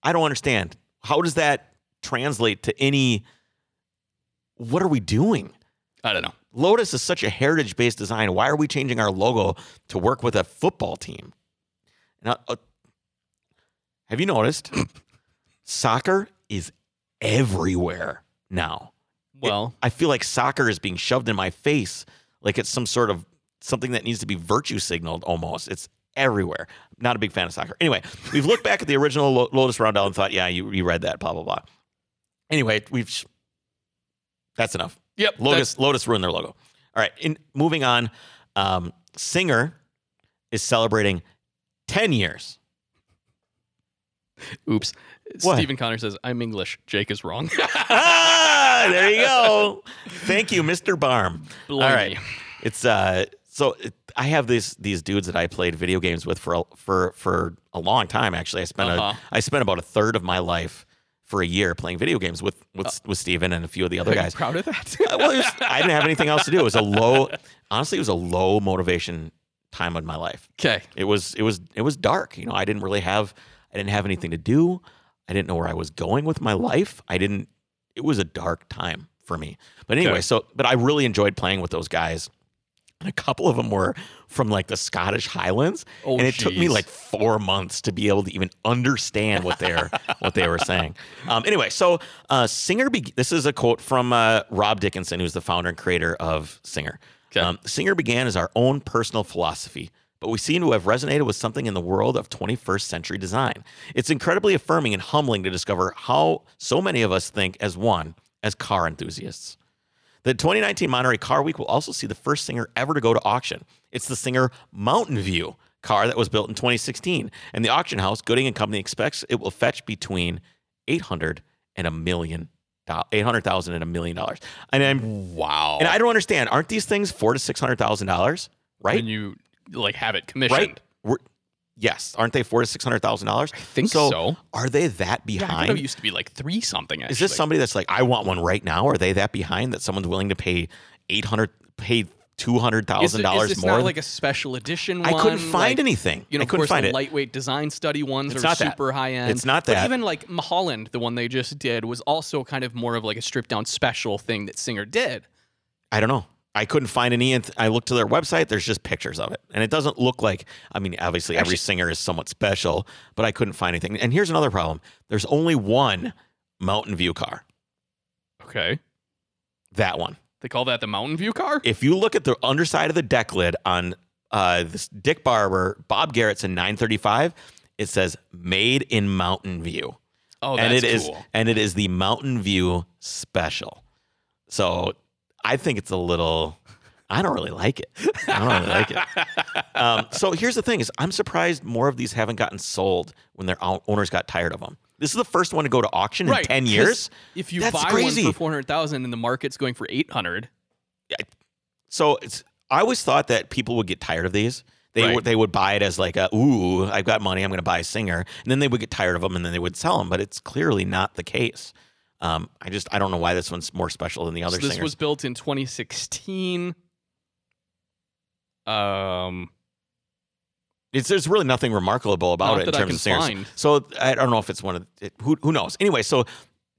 [SPEAKER 1] I don't understand. How does that translate to any What are we doing?
[SPEAKER 2] I don't know.
[SPEAKER 1] Lotus is such a heritage based design. Why are we changing our logo to work with a football team? Now, uh, have you noticed soccer is everywhere now?
[SPEAKER 2] Well,
[SPEAKER 1] I feel like soccer is being shoved in my face like it's some sort of something that needs to be virtue signaled almost. It's everywhere. Not a big fan of soccer. Anyway, we've looked back at the original Lo- Lotus Roundel and thought, yeah, you, you read that, blah, blah, blah. Anyway, we've. That's enough.
[SPEAKER 2] yep.
[SPEAKER 1] Lotus, Lotus ruined their logo. All right, in, moving on. Um, Singer is celebrating 10 years.
[SPEAKER 2] Oops.
[SPEAKER 1] What?
[SPEAKER 2] Stephen Connor says, I'm English. Jake is wrong.
[SPEAKER 1] ah, there you go. Thank you, Mr. Barm.
[SPEAKER 2] Blimey.
[SPEAKER 1] All right, it's uh. So it, I have these these dudes that I played video games with for a, for for a long time. Actually, I spent
[SPEAKER 2] Uh-huh.
[SPEAKER 1] a I spent about a third of my life for a year playing video games with
[SPEAKER 2] Uh,
[SPEAKER 1] with with Steven and a few of the other
[SPEAKER 2] Are you
[SPEAKER 1] guys.
[SPEAKER 2] proud of that?
[SPEAKER 1] Uh, well, it was- I didn't have anything else to do. It was a low. Honestly, it was a low motivation time of my life.
[SPEAKER 2] okay.
[SPEAKER 1] It was it was it was dark. You know, I didn't really have I didn't have anything to do. I didn't know where I was going with my life. I didn't it was a dark time for me. But anyway,
[SPEAKER 2] Okay.
[SPEAKER 1] so but I really enjoyed playing with those guys. And a couple of them were from like the Scottish Highlands.
[SPEAKER 2] Oh,
[SPEAKER 1] and it took me
[SPEAKER 2] geez.
[SPEAKER 1] like four months to be able to even understand what they're what they were saying. Um, anyway, so uh, Singer. Be- this is a quote from uh, Rob Dickinson, who's the founder and creator of Singer.
[SPEAKER 2] Okay.
[SPEAKER 1] Um, Singer began as our own personal philosophy, but we seem to have resonated with something in the world of 21st century design. It's incredibly affirming and humbling to discover how so many of us think as one as car enthusiasts. The 2019 Monterey Car Week will also see the first Singer ever to go to auction. It's the Singer Mountain View car that was built in 2016, and the auction house Gooding and Company expects it will fetch between 800 and a million dollars, 800,000 and a million dollars. And I'm
[SPEAKER 2] Wow.
[SPEAKER 1] and I don't understand. Aren't these things four to six hundred thousand dollars? Right?
[SPEAKER 2] And you like have it commissioned.
[SPEAKER 1] right? We're, yes, aren't they four to six hundred thousand dollars? I
[SPEAKER 2] think so.
[SPEAKER 1] Are they that
[SPEAKER 2] Yeah, I thought
[SPEAKER 1] behind?
[SPEAKER 2] it used to be like three something. Actually.
[SPEAKER 1] Is this somebody that's like, I want one right now? Are they that behind that someone's willing to pay eight hundred, pay two hundred
[SPEAKER 2] Is
[SPEAKER 1] thousand
[SPEAKER 2] it-
[SPEAKER 1] dollars
[SPEAKER 2] Is this
[SPEAKER 1] more?
[SPEAKER 2] not
[SPEAKER 1] than-
[SPEAKER 2] like a special edition?
[SPEAKER 1] I couldn't
[SPEAKER 2] one?
[SPEAKER 1] find
[SPEAKER 2] Like,
[SPEAKER 1] anything.
[SPEAKER 2] You know,
[SPEAKER 1] I
[SPEAKER 2] of
[SPEAKER 1] couldn't
[SPEAKER 2] course,
[SPEAKER 1] find
[SPEAKER 2] the
[SPEAKER 1] it.
[SPEAKER 2] lightweight design study ones
[SPEAKER 1] It's
[SPEAKER 2] are
[SPEAKER 1] not that.
[SPEAKER 2] super high end.
[SPEAKER 1] It's not
[SPEAKER 2] But
[SPEAKER 1] that.
[SPEAKER 2] even like Mulholland, the one they just did, was also kind of more of like a stripped down special thing that Singer did.
[SPEAKER 1] I don't know. I couldn't find any. inth- I looked to their website. There's just pictures of it, and it doesn't look like. I mean, obviously, every singer is somewhat special, but I couldn't find anything. And here's another problem: there's only one Mountain View car.
[SPEAKER 2] Okay.
[SPEAKER 1] That one.
[SPEAKER 2] They call that the Mountain View car?
[SPEAKER 1] If you look at the underside of the deck lid on uh, this Dick Barber, Bob Garrett's in 935, it says "Made in Mountain View."
[SPEAKER 2] oh,
[SPEAKER 1] and
[SPEAKER 2] that's
[SPEAKER 1] it is
[SPEAKER 2] cool.
[SPEAKER 1] and it is the Mountain View special. So I think it's a little. I don't really like it. I don't really like it. Um, so here's the thing: is I'm surprised more of these haven't gotten sold when their own- owners got tired of them. This is the first one to go to auction
[SPEAKER 2] right.
[SPEAKER 1] in ten
[SPEAKER 2] 'cause
[SPEAKER 1] years.
[SPEAKER 2] If you
[SPEAKER 1] That's
[SPEAKER 2] buy
[SPEAKER 1] crazy.
[SPEAKER 2] one for 400000 and the market's going for 800
[SPEAKER 1] So it's. I always thought that people would get tired of these. They
[SPEAKER 2] Right.
[SPEAKER 1] would they would buy it as like a ooh I've got money I'm going to buy a singer and then they would get tired of them and then they would sell them. But it's clearly not the case. Um, I just I don't know why this one's more special than the other
[SPEAKER 2] So this
[SPEAKER 1] singers.
[SPEAKER 2] was built in 2016. Um,
[SPEAKER 1] It's, there's really nothing remarkable about
[SPEAKER 2] Not
[SPEAKER 1] it in
[SPEAKER 2] that I
[SPEAKER 1] terms
[SPEAKER 2] can
[SPEAKER 1] of singers.
[SPEAKER 2] find.
[SPEAKER 1] So I don't know if it's one of it, who who knows. Anyway, so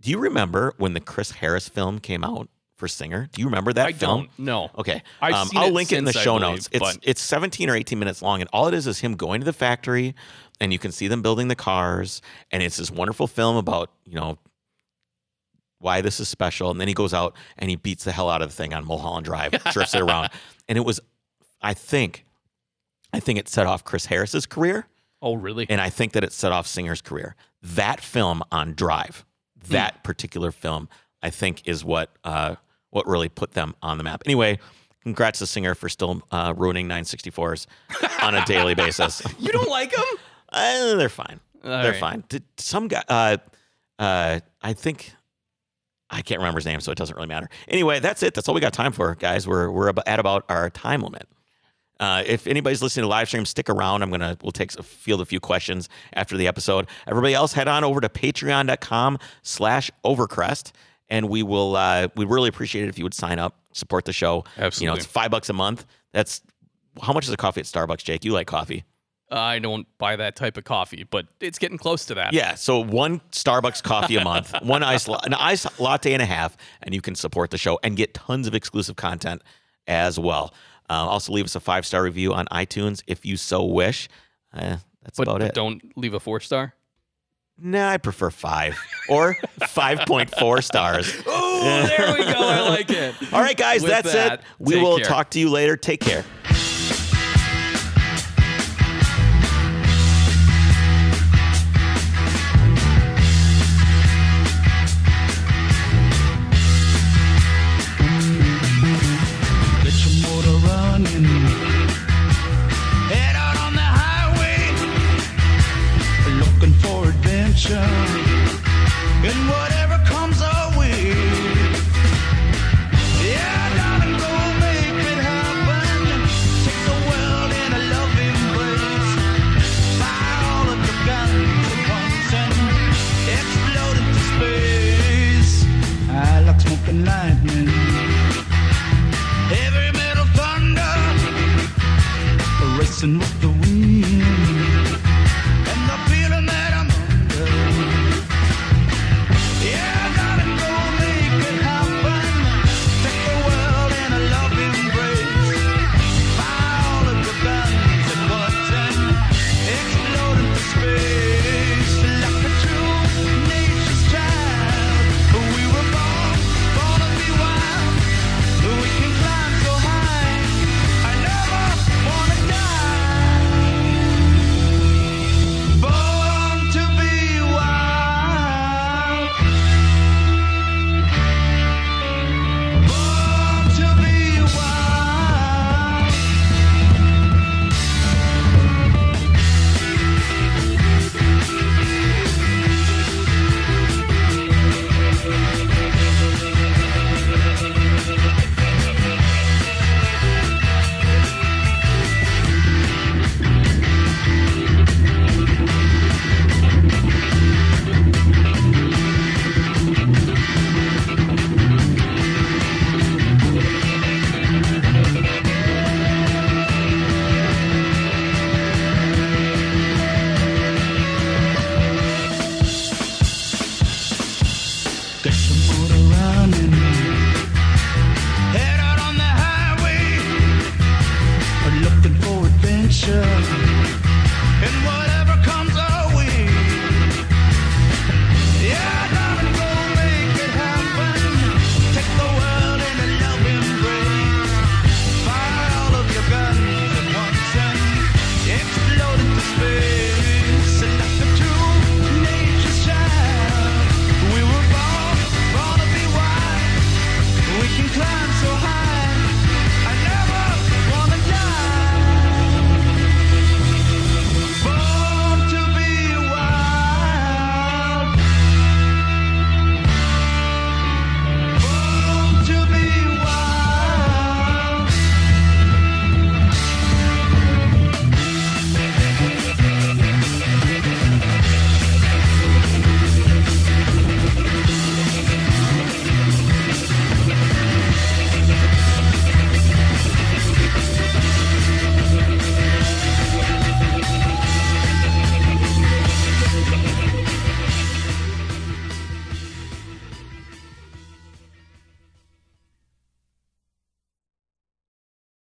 [SPEAKER 1] do you remember when the Chris Harris film came out for Singer? Do you remember that
[SPEAKER 2] I
[SPEAKER 1] film?
[SPEAKER 2] don't know.
[SPEAKER 1] Okay, Um,
[SPEAKER 2] I've seen
[SPEAKER 1] I'll
[SPEAKER 2] it
[SPEAKER 1] link it in the
[SPEAKER 2] since, I
[SPEAKER 1] show
[SPEAKER 2] believe,
[SPEAKER 1] notes. It's
[SPEAKER 2] but-
[SPEAKER 1] it's 17 or 18 minutes long, and all it is is him going to the factory, and you can see them building the cars, and it's this wonderful film about you know why this is special, and then he goes out and he beats the hell out of the thing on Mulholland Drive, drifts it around, and it was, I think, I think it set off Chris Harris's career
[SPEAKER 2] Oh, really?
[SPEAKER 1] and I think that it set off Singer's career. That film on Drive, that particular film, I think is what uh, what really put them on the map. Anyway, congrats to Singer for still uh, ruining 964s on a daily basis.
[SPEAKER 2] you don't like them?
[SPEAKER 1] Uh, they're fine.
[SPEAKER 2] All
[SPEAKER 1] they're
[SPEAKER 2] right.
[SPEAKER 1] fine. Did some guy, uh, uh, I think. I can't remember his name, so it doesn't really matter. Anyway, that's it. That's all we got time for, guys. We're we're ab- at about our time limit. Uh, if anybody's listening to live stream, stick around. I'm gonna we'll take a field a few questions after the episode. Everybody else, head on over to Patreon.com/slash Overcrest, and we will. Uh, we really appreciate it if you would sign up, support the show. you know
[SPEAKER 2] Absolutely.
[SPEAKER 1] it's five bucks a month. That's how much is a coffee at Starbucks, Jake? You like coffee?
[SPEAKER 2] I don't buy that type of coffee, but it's getting close to that.
[SPEAKER 1] Yeah, so one Starbucks coffee a month, one ice la- an ice latte and a half, and you can support the show and get tons of exclusive content as well. Uh, also, leave us a five star review on iTunes if you so wish. Uh, that's
[SPEAKER 2] but
[SPEAKER 1] about it.
[SPEAKER 2] don't leave a four star.
[SPEAKER 1] Nah, I prefer five or five point four stars.
[SPEAKER 2] Oh, there we go. I like it.
[SPEAKER 1] All right, guys,
[SPEAKER 2] With
[SPEAKER 1] that's
[SPEAKER 2] that,
[SPEAKER 1] it. We
[SPEAKER 2] take
[SPEAKER 1] will
[SPEAKER 2] care.
[SPEAKER 1] talk to you later. Take care.